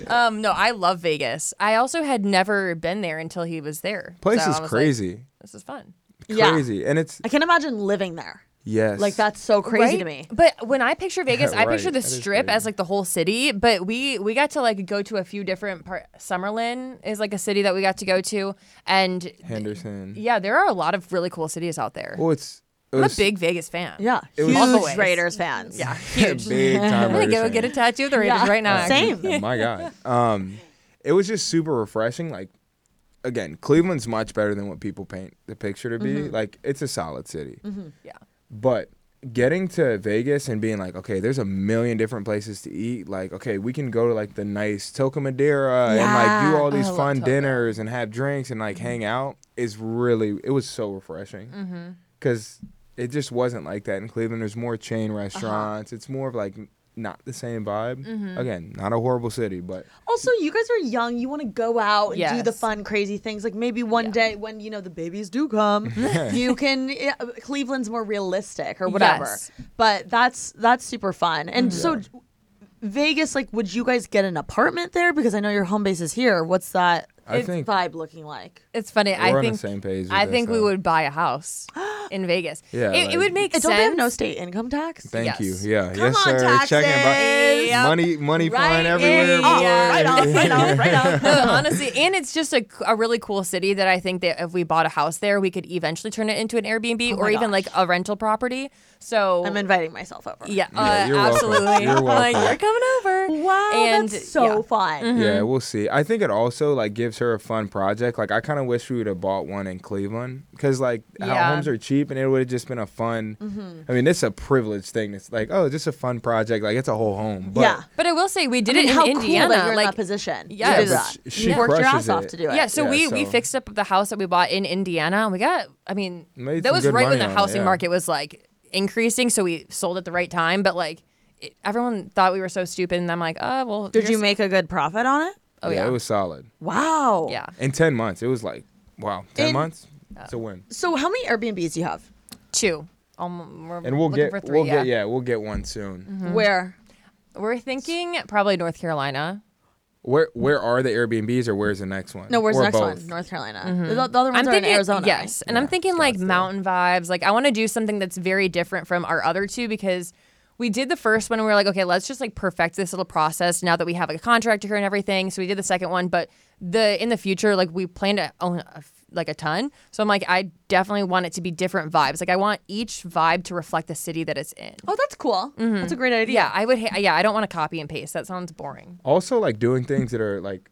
Speaker 2: um, no, I love Vegas. I also had never been there until he was there.
Speaker 3: Place
Speaker 2: So I was
Speaker 3: is
Speaker 2: like,
Speaker 3: crazy,
Speaker 2: this is fun.
Speaker 1: Yeah.
Speaker 3: crazy, and it's
Speaker 1: I can't imagine living there.
Speaker 3: yes,
Speaker 1: Like that's so crazy
Speaker 2: Right?
Speaker 1: to me.
Speaker 2: But when I picture Vegas, I
Speaker 3: Right.
Speaker 2: picture the
Speaker 3: That is
Speaker 2: strip
Speaker 3: crazy.
Speaker 2: as like the whole city. But we we got to like go to a few different part. Summerlin is like a city that we got to go to, and
Speaker 3: Henderson.
Speaker 2: yeah, there are a lot of really cool cities out there.
Speaker 3: Well, it's it
Speaker 2: I'm a
Speaker 3: was
Speaker 2: big Vegas fan.
Speaker 1: Yeah,
Speaker 3: was-
Speaker 1: huge
Speaker 2: Always.
Speaker 1: Raiders fans. Yeah,
Speaker 2: huge.
Speaker 3: big time.
Speaker 2: I'm gonna go
Speaker 3: Henderson.
Speaker 2: get a tattoo of the Raiders
Speaker 1: Yeah.
Speaker 2: right now. actually.
Speaker 1: same.
Speaker 3: Oh my god. Um, it was just super refreshing. Like, again, Cleveland's much better than what people paint the picture to be. Like, it's a solid city.
Speaker 2: Mm-hmm. Yeah.
Speaker 3: But getting to Vegas and being like, okay, there's a million different places to eat. Like, okay, we can go to like the nice Toca Madera and like
Speaker 1: Yeah.
Speaker 3: do all these
Speaker 2: I love
Speaker 3: fun
Speaker 2: Toca. Mm-hmm.
Speaker 3: dinners and have drinks and like hang out is really. It was so refreshing because it just wasn't like that in Cleveland. There's more
Speaker 2: Uh-huh.
Speaker 3: chain restaurants. It's more of like n- not the same vibe.
Speaker 2: Mm-hmm.
Speaker 3: Again, not a horrible city, but
Speaker 1: Also, you guys are young. You want to go out and do the
Speaker 2: Yes.
Speaker 1: fun, crazy things. Like maybe one day when you know the babies do come, you can. yeah, Cleveland's more realistic or whatever.
Speaker 2: Yes. Mm-hmm.
Speaker 1: But that's that's super fun. And so, Vegas, like, would you guys get an apartment there? Because I know your home base is here. What's that
Speaker 3: I
Speaker 1: it's
Speaker 3: think-
Speaker 1: vibe looking like?
Speaker 2: It's funny.
Speaker 3: We're
Speaker 2: I
Speaker 3: on the
Speaker 2: think
Speaker 3: same page with
Speaker 2: I
Speaker 3: this,
Speaker 2: think we
Speaker 3: though.
Speaker 2: would buy a house in Vegas.
Speaker 3: Yeah,
Speaker 2: it,
Speaker 3: like-
Speaker 2: it would make
Speaker 1: And
Speaker 2: sense.
Speaker 1: Don't they have no state income tax?
Speaker 3: thank
Speaker 2: Yes.
Speaker 3: you. Yeah.
Speaker 1: Come
Speaker 3: yes,
Speaker 1: on,
Speaker 3: sir.
Speaker 1: taxes.
Speaker 3: Checking about money, money flying everywhere.
Speaker 2: in.
Speaker 3: boy.
Speaker 2: Yeah.
Speaker 1: Oh, Right off, right off, right off.
Speaker 2: No, honestly, and it's just a, a really cool city that I think that if we bought a house there, we could eventually turn it into an Airbnb or even like a rental property. So
Speaker 1: Oh I'm inviting myself over.
Speaker 2: yeah,
Speaker 3: Yeah,
Speaker 2: uh,
Speaker 3: you're welcome.
Speaker 2: absolutely.
Speaker 3: You're
Speaker 2: Like
Speaker 3: welcome.
Speaker 2: you're coming over.
Speaker 1: Wow,
Speaker 2: and
Speaker 1: that's so
Speaker 2: yeah. Mm-hmm.
Speaker 1: fun.
Speaker 3: Yeah, we'll see. I think it also like gives her a fun project. Like I kind of wish we would have bought one in Cleveland because like
Speaker 2: Yeah.
Speaker 3: how homes are cheap and it would have just been a fun.
Speaker 1: Mm-hmm.
Speaker 3: I mean, it's a privileged thing. It's like oh, just a fun project. Like it's a whole home. But
Speaker 1: Yeah.
Speaker 2: But I will say we did
Speaker 1: I mean,
Speaker 2: it in
Speaker 1: how
Speaker 2: Indiana.
Speaker 1: cool that you're
Speaker 2: like
Speaker 1: in that position. to
Speaker 2: Yeah,
Speaker 1: do
Speaker 2: but
Speaker 1: that.
Speaker 3: sh- she
Speaker 1: you worked your ass
Speaker 3: crushes
Speaker 1: off
Speaker 3: it.
Speaker 1: to do it.
Speaker 2: Yeah, so
Speaker 3: Yeah,
Speaker 2: we we
Speaker 3: so-
Speaker 2: fixed up the house that we bought in Indiana, and we got. I mean,
Speaker 3: Made
Speaker 2: that
Speaker 3: some
Speaker 2: was
Speaker 3: good
Speaker 2: right when
Speaker 3: money
Speaker 2: the
Speaker 3: on it,
Speaker 2: housing
Speaker 3: yeah.
Speaker 2: market was like increasing, so we sold at the right time. But like, it, everyone thought we were so stupid, and I'm like, oh well.
Speaker 1: Did
Speaker 2: you're
Speaker 1: you
Speaker 2: s-
Speaker 1: make a good profit on it?
Speaker 2: Oh
Speaker 3: yeah,
Speaker 2: yeah,
Speaker 3: it was solid.
Speaker 1: Wow.
Speaker 2: yeah.
Speaker 3: In ten months, it was like wow, ten
Speaker 1: In- Uh,
Speaker 3: months. It's a win.
Speaker 1: So how many Airbnbs do you have?
Speaker 2: two. Um, we're
Speaker 3: And we'll
Speaker 2: looking
Speaker 3: get
Speaker 2: for 3
Speaker 3: we'll
Speaker 2: yeah.
Speaker 3: get yeah we'll get one soon.
Speaker 1: Mm-hmm.
Speaker 2: Hmm.
Speaker 1: Where?
Speaker 2: We're thinking probably North Carolina.
Speaker 3: Where where are the Airbnbs or where's the next one?
Speaker 1: No, where's
Speaker 3: Or
Speaker 1: the next
Speaker 3: both?
Speaker 1: one? North Carolina. The, the other ones
Speaker 2: Mm-hmm. I'm
Speaker 1: are
Speaker 2: thinking
Speaker 1: in Arizona.
Speaker 2: Yes, and I'm thinking like mountain vibes. Like I want to do something that's very different from our other two because we did the first one and we were like, okay, let's just like perfect this little process now that we have like, a contractor here and everything. So we did the second one, but the in the future, like we plan to own a f like a ton. So I'm like, I definitely want it to be different vibes. Like I want each vibe to reflect the city that it's in.
Speaker 1: Oh, that's cool. That's a great idea.
Speaker 2: Mm-hmm. Yeah, I would. Ha- yeah, I don't want to copy and paste. That sounds boring.
Speaker 3: also like doing things that are like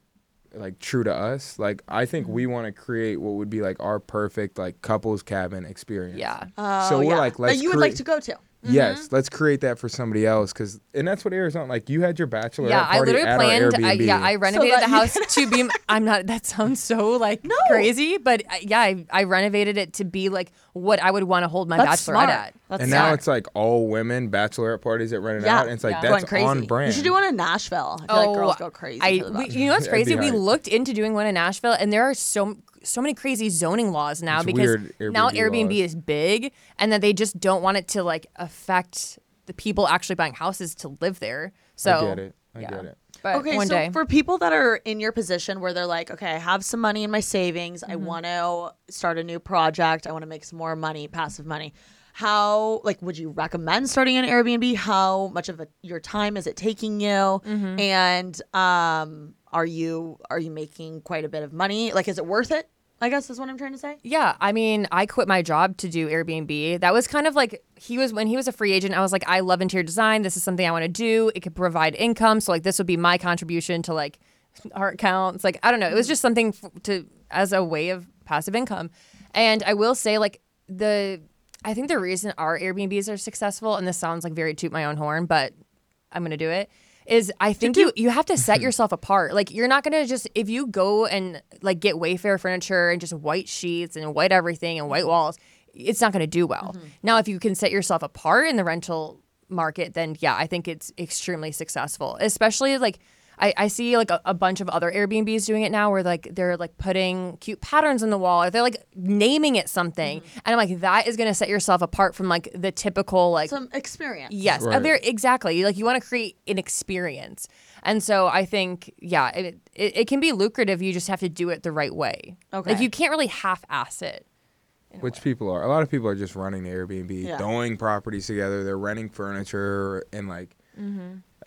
Speaker 3: like true to us like i think we
Speaker 2: Mm-hmm.
Speaker 3: want to create what would be like our perfect like couples cabin experience
Speaker 2: Yeah.
Speaker 3: so we're
Speaker 1: Oh, yeah.
Speaker 3: like
Speaker 1: that
Speaker 3: let's
Speaker 1: you would
Speaker 3: create-
Speaker 1: like to go Mm-hmm. to.
Speaker 3: yes let's create that for somebody else because and that's what arizona like you had your bachelor
Speaker 2: Yeah, I
Speaker 3: party
Speaker 2: literally
Speaker 3: at
Speaker 2: planned.
Speaker 3: our
Speaker 2: I,
Speaker 3: Airbnb.
Speaker 2: yeah, I renovated
Speaker 1: that
Speaker 2: the
Speaker 1: you
Speaker 2: house to be. I'm not. That sounds so like crazy, but I, yeah, I, I renovated it to be like what I would want to hold my
Speaker 1: That's
Speaker 2: bachelorette
Speaker 1: smart.
Speaker 2: at.
Speaker 1: That's
Speaker 3: and now
Speaker 1: smart.
Speaker 3: it's like all women bachelorette parties that rented out and it's like
Speaker 1: yeah. Going
Speaker 3: that's
Speaker 1: crazy.
Speaker 3: on brand
Speaker 1: You should do one in Nashville. I feel like girls go crazy.
Speaker 2: Oh, I,
Speaker 1: for the
Speaker 2: we,
Speaker 1: bachelor.
Speaker 2: you know what's
Speaker 3: That'd be
Speaker 2: crazy? We
Speaker 3: hype.
Speaker 2: looked into doing one in Nashville, and there are so so many crazy zoning laws now
Speaker 3: It's
Speaker 2: because
Speaker 3: weird,
Speaker 2: now
Speaker 3: Airbnb
Speaker 2: Airbnb
Speaker 3: laws.
Speaker 2: is big, and that they just don't want it to like affect the people actually buying houses to live there. So
Speaker 3: i get it i
Speaker 2: yeah.
Speaker 3: get it
Speaker 2: But
Speaker 1: okay,
Speaker 2: Uh, one
Speaker 1: so
Speaker 2: day.
Speaker 1: for people that are in your position where they're like, okay, I have some money in my savings.
Speaker 2: Mm-hmm.
Speaker 1: I want to start a new project. I want to make some more money, passive money. How like would you recommend starting an Airbnb? How much of a, your time is it taking you?
Speaker 2: Mm-hmm.
Speaker 1: And um, are you are you making quite a bit of money? Like, is it worth it? I guess is what I'm trying to say.
Speaker 2: Yeah, I mean, I quit my job to do Airbnb. That was kind of like he was when he was a free agent. I was like, I love interior design. This is something I want to do. It could provide income, so like this would be my contribution to like art counts. Like I don't know. It was just something f- to as a way of passive income. And I will say, like the I think the reason our Airbnbs are successful, and this sounds like very toot my own horn, but I'm gonna do it. Is I think you you have to set yourself apart. Like you're not gonna just if you go and like get Wayfair furniture and just white sheets and white everything and white walls, it's not gonna do well. Now if you can set yourself apart in the rental market, then yeah, I think it's extremely successful. Especially like I, I see like a, a bunch of other Airbnbs doing it now where like they're like putting cute patterns on the wall or they're like naming it something. And I'm like, that is gonna set yourself apart from like the typical like
Speaker 1: Some experience.
Speaker 2: Yes, a
Speaker 3: Right.
Speaker 2: very exactly. Like you want to create an experience, and so I think yeah, it, it it can be lucrative. You just have to do it the right way. like
Speaker 1: Okay.
Speaker 2: you can't really half-ass it.
Speaker 3: which people are a lot of people are just running the airbnb
Speaker 1: Yeah.
Speaker 3: throwing properties together they're renting furniture and like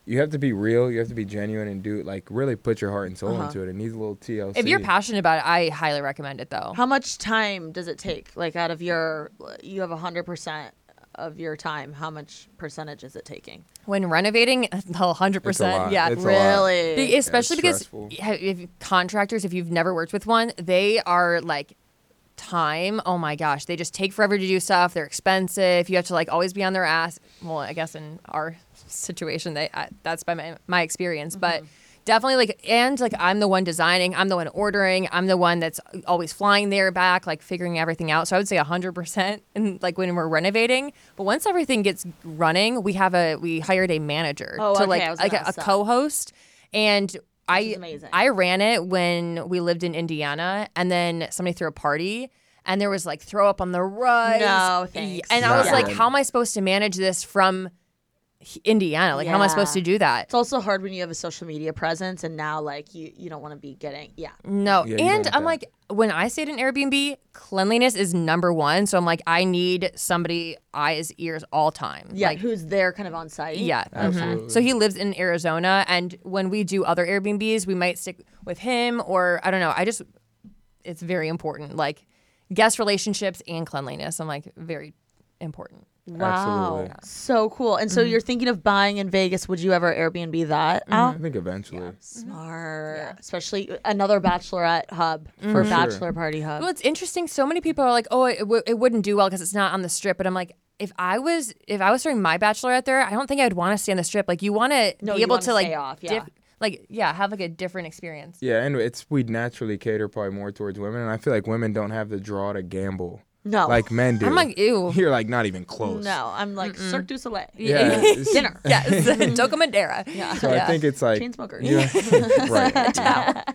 Speaker 3: you have to be real you have to be genuine and do like really put your heart and soul into it it needs a little tlc
Speaker 2: If you're passionate about it, I highly recommend it though.
Speaker 1: How much time does it take? Like out of your, you have hundred percent of your time. How much percentage is it taking?
Speaker 2: When renovating, hundred percent,
Speaker 3: lot.
Speaker 2: yeah,
Speaker 3: It's a lot.
Speaker 1: really?
Speaker 2: The- especially because
Speaker 3: stressful.
Speaker 2: ha- if contractors, if you've never worked with one, they are like time. Oh my gosh, they just take forever to do stuff. They're expensive. You have to like always be on their ass. Well, I guess in our situation, they I, that's by my my experience,
Speaker 1: Mm-hmm.
Speaker 2: but. Definitely, like, and like, I'm the one designing, I'm the one ordering, I'm the one that's always flying there back, like, figuring everything out. So I would say 100%. And like, when we're renovating, but once everything gets running, we have a, we hired a manager
Speaker 1: Oh,
Speaker 2: to
Speaker 1: okay,
Speaker 2: like,
Speaker 1: I was
Speaker 2: like
Speaker 1: gonna
Speaker 2: a,
Speaker 1: ask that.
Speaker 2: co host and I
Speaker 1: is amazing.
Speaker 2: I ran it when we lived in Indiana and then somebody threw a party and there was like throw up on the rug.
Speaker 1: No, thanks.
Speaker 2: And I was
Speaker 3: Yeah.
Speaker 2: like how am I supposed to manage this from h- Indiana? Like how am I
Speaker 1: Yeah.
Speaker 2: supposed to do that?
Speaker 1: It's also hard when you have a social media presence and now like you you don't want to be getting yeah.
Speaker 2: No.
Speaker 3: Yeah, you don't
Speaker 2: and
Speaker 3: want
Speaker 2: I'm
Speaker 3: that.
Speaker 2: like when I stayed in Airbnb, cleanliness is number 1, so I'm like I need somebody eyes ears all time.
Speaker 1: Yeah,
Speaker 2: Like
Speaker 1: who's there kind of on site.
Speaker 2: Yeah.
Speaker 3: Absolutely.
Speaker 2: So he lives in Arizona, and when we do other Airbnbs, we might stick with him, or I don't know. I just, it's very important, like guest relationships and cleanliness. I'm like very important.
Speaker 1: Wow.
Speaker 3: Absolutely.
Speaker 1: So cool. And so you're thinking of buying in Vegas. Would you ever Airbnb that
Speaker 3: i
Speaker 1: out?
Speaker 3: think eventually
Speaker 1: Smart. Especially uh, another bachelorette hub or bachelor party hub.
Speaker 2: Well, it's interesting. So many people are like, "Oh, it, w- it wouldn't do well because it's not on the strip." But I'm like, if I was, if I was doing my bachelorette there, I don't think I'd want to stay on the strip. Like, you want to
Speaker 1: No,
Speaker 2: be
Speaker 1: you
Speaker 2: able
Speaker 1: wanna
Speaker 2: to like,
Speaker 1: stay off, yeah.
Speaker 2: like yeah, have like a different experience.
Speaker 3: yeah and it's we naturally cater probably more towards women and i feel like women don't have the draw to gamble
Speaker 1: No.
Speaker 3: like men do
Speaker 2: I'm like, ew.
Speaker 3: you're like not even close
Speaker 1: No, I'm like Cirque du Soleil.
Speaker 3: yeah it's-
Speaker 1: Dinner.
Speaker 2: Yes, Toca Madera. Yeah.
Speaker 3: so i think it's like
Speaker 1: Chain smokers.
Speaker 3: Yeah. right.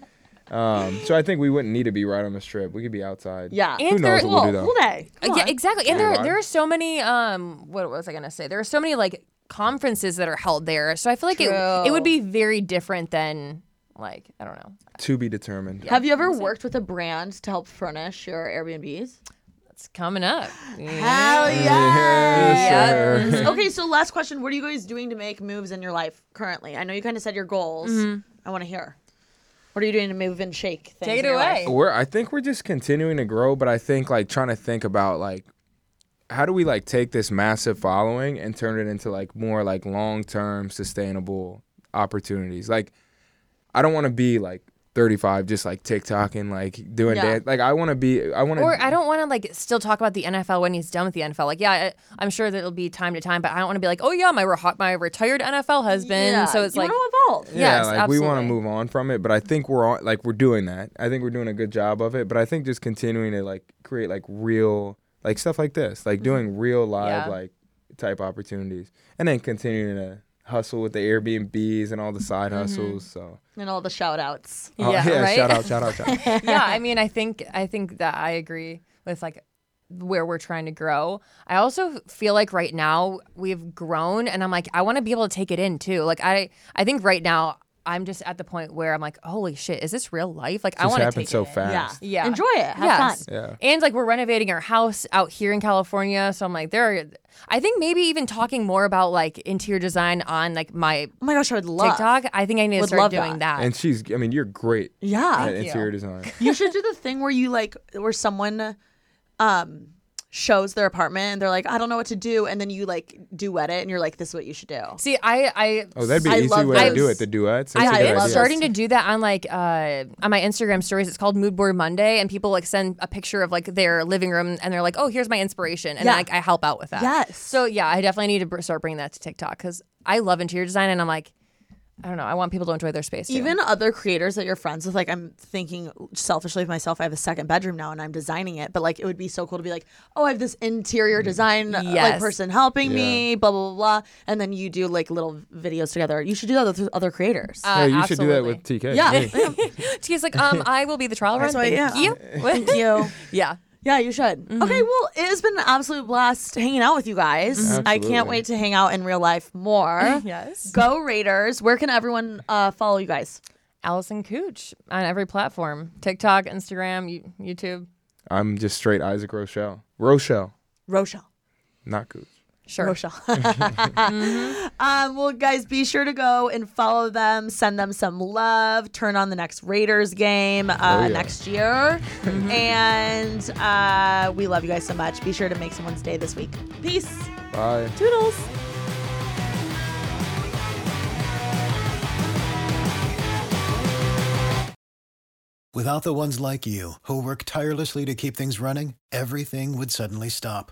Speaker 3: Um, so I think we wouldn't need to be right on the strip. We could be outside.
Speaker 1: Yeah.
Speaker 3: Who
Speaker 2: And
Speaker 3: knows
Speaker 2: they're-
Speaker 3: what we'll do
Speaker 1: Cool.
Speaker 3: though?
Speaker 1: Cool day. Come
Speaker 2: Uh, yeah,
Speaker 1: on.
Speaker 2: exactly. And there,
Speaker 3: Right.
Speaker 2: there are so many. Um, what was I gonna say? There are so many like conferences that are held there. So I feel like it, it would be very different than like I don't know.
Speaker 3: To be determined.
Speaker 1: Have you ever worked with a brand to help furnish your Airbnbs?
Speaker 2: It's coming up.
Speaker 1: Hell
Speaker 3: Yeah, sure.
Speaker 1: okay, so last question. What are you
Speaker 2: Mm-hmm.
Speaker 1: guys doing to make moves in your life currently? I know you kind of said your goals. I want to hear. What are you doing to move and shake? Things
Speaker 2: Take
Speaker 1: in
Speaker 2: it
Speaker 1: your life?
Speaker 2: away.
Speaker 3: We're I think we're just continuing to grow, but I think like trying to think about like how do we like take this massive following and turn it into like more like long term sustainable opportunities. Like I don't want to be like 35 just like TikTok and like doing
Speaker 1: Yeah.
Speaker 3: dance. Like I want to be I want to
Speaker 2: Or I don't want to like still talk about the NFL when he's done with the NFL. Like, yeah, I, I'm sure there'll be time to time, but I don't want to be like, oh yeah, my re- my retired NFL husband.
Speaker 1: Yeah,
Speaker 2: So it's
Speaker 1: you
Speaker 2: like,
Speaker 1: want to evolve.
Speaker 3: yeah,
Speaker 2: yes,
Speaker 3: like
Speaker 2: absolutely.
Speaker 3: we want to move on from it, but I think we're on, like we're doing that. I think we're doing a good job of it, but I think just continuing to like create like real like stuff like this, like doing real live
Speaker 2: Mm-hmm. Yeah.
Speaker 3: like type opportunities, and then continuing to hustle with the Airbnbs and all the side hustles. So
Speaker 1: And all the shout outs.
Speaker 3: Oh,
Speaker 2: Mm-hmm. Yeah, right?
Speaker 3: shout out, shout out, shout out.
Speaker 2: yeah, I mean, I think I think that I agree with like where we're trying to grow. I also feel like right now we've grown and I'm like I want to be able to take it in too. Like I I think right now I'm just at the point where I'm like, "Holy shit, is this real life?" Like I
Speaker 3: This
Speaker 2: want to
Speaker 3: happened
Speaker 2: take
Speaker 3: so
Speaker 2: it in.
Speaker 1: Yeah.
Speaker 3: fast.
Speaker 2: Yeah.
Speaker 1: Enjoy it. Have
Speaker 2: Yes.
Speaker 1: fun.
Speaker 3: Yeah.
Speaker 2: And like we're renovating our house out here in California, so I'm like there are, I think maybe even talking more about like interior design on like my
Speaker 1: Oh my gosh, I would love
Speaker 2: TikTok, I think I need to
Speaker 1: Would
Speaker 2: start
Speaker 1: love
Speaker 2: doing that.
Speaker 3: And she's, I mean, you're great
Speaker 1: Yeah.
Speaker 3: at interior design.
Speaker 1: you should do the thing where you like where someone um shows their apartment and they're like, I don't know what to do, and then you like duet it and you're like, This is what you should do.
Speaker 2: See, I I
Speaker 3: Oh, that'd be
Speaker 1: I
Speaker 3: an easy
Speaker 1: love
Speaker 3: way to do
Speaker 1: those.
Speaker 3: it. The duets. That's a
Speaker 2: I
Speaker 3: good
Speaker 2: am
Speaker 3: idea.
Speaker 2: starting to do that on like uh, on my Instagram stories. It's called Mood Board Monday, and people like send a picture of like their living room, and they're like, "Oh, here's my inspiration," and
Speaker 1: Yeah.
Speaker 2: like I help out with that.
Speaker 1: Yes.
Speaker 2: So yeah, I definitely need to br- start bringing that to TikTok because I love interior design, and I'm like, I don't know, I want people to enjoy their space. too.
Speaker 1: Even other creators that you're friends with, like I'm thinking selfishly of myself, I have a second bedroom now and I'm designing it, but like it would be so cool to be like, oh, I have this interior design uh, like
Speaker 2: Mm. Yes.
Speaker 1: person helping me,
Speaker 3: Yeah.
Speaker 1: blah, blah, blah, blah. And then you do like little videos together. You should do that with other creators.
Speaker 2: Uh,
Speaker 3: Hey, you should do that
Speaker 2: absolutely.
Speaker 3: with TK.
Speaker 1: yeah.
Speaker 3: Hey.
Speaker 2: She's like, um, I will be the trial run.
Speaker 1: why-
Speaker 2: Thank
Speaker 1: yeah.
Speaker 2: you.
Speaker 1: Thank you.
Speaker 2: yeah.
Speaker 1: Yeah, you should.
Speaker 2: Mm-hmm.
Speaker 1: Okay, well, it has been an absolute blast hanging out with you guys. I can't
Speaker 3: Absolutely.
Speaker 1: wait to hang out in real life more.
Speaker 2: Mm-hmm. Yes.
Speaker 1: Go Raiders. Where can everyone uh, follow you guys?
Speaker 2: Allison Cooch on every platform: TikTok, Instagram, you- YouTube.
Speaker 3: I'm just straight Isaac Rochelle. Rochelle,
Speaker 1: Rochelle.
Speaker 3: not Cooch.
Speaker 2: Sure.
Speaker 1: Rochelle. um, well, guys, be sure to go and follow them, send them some love, turn on the next Raiders game uh,
Speaker 3: yeah.
Speaker 1: next year. and uh, we love you guys so much. Be sure to make someone's day this week. Peace.
Speaker 3: Bye.
Speaker 1: Toodles.
Speaker 5: Without the ones like you, who work tirelessly to keep things running, everything would suddenly stop.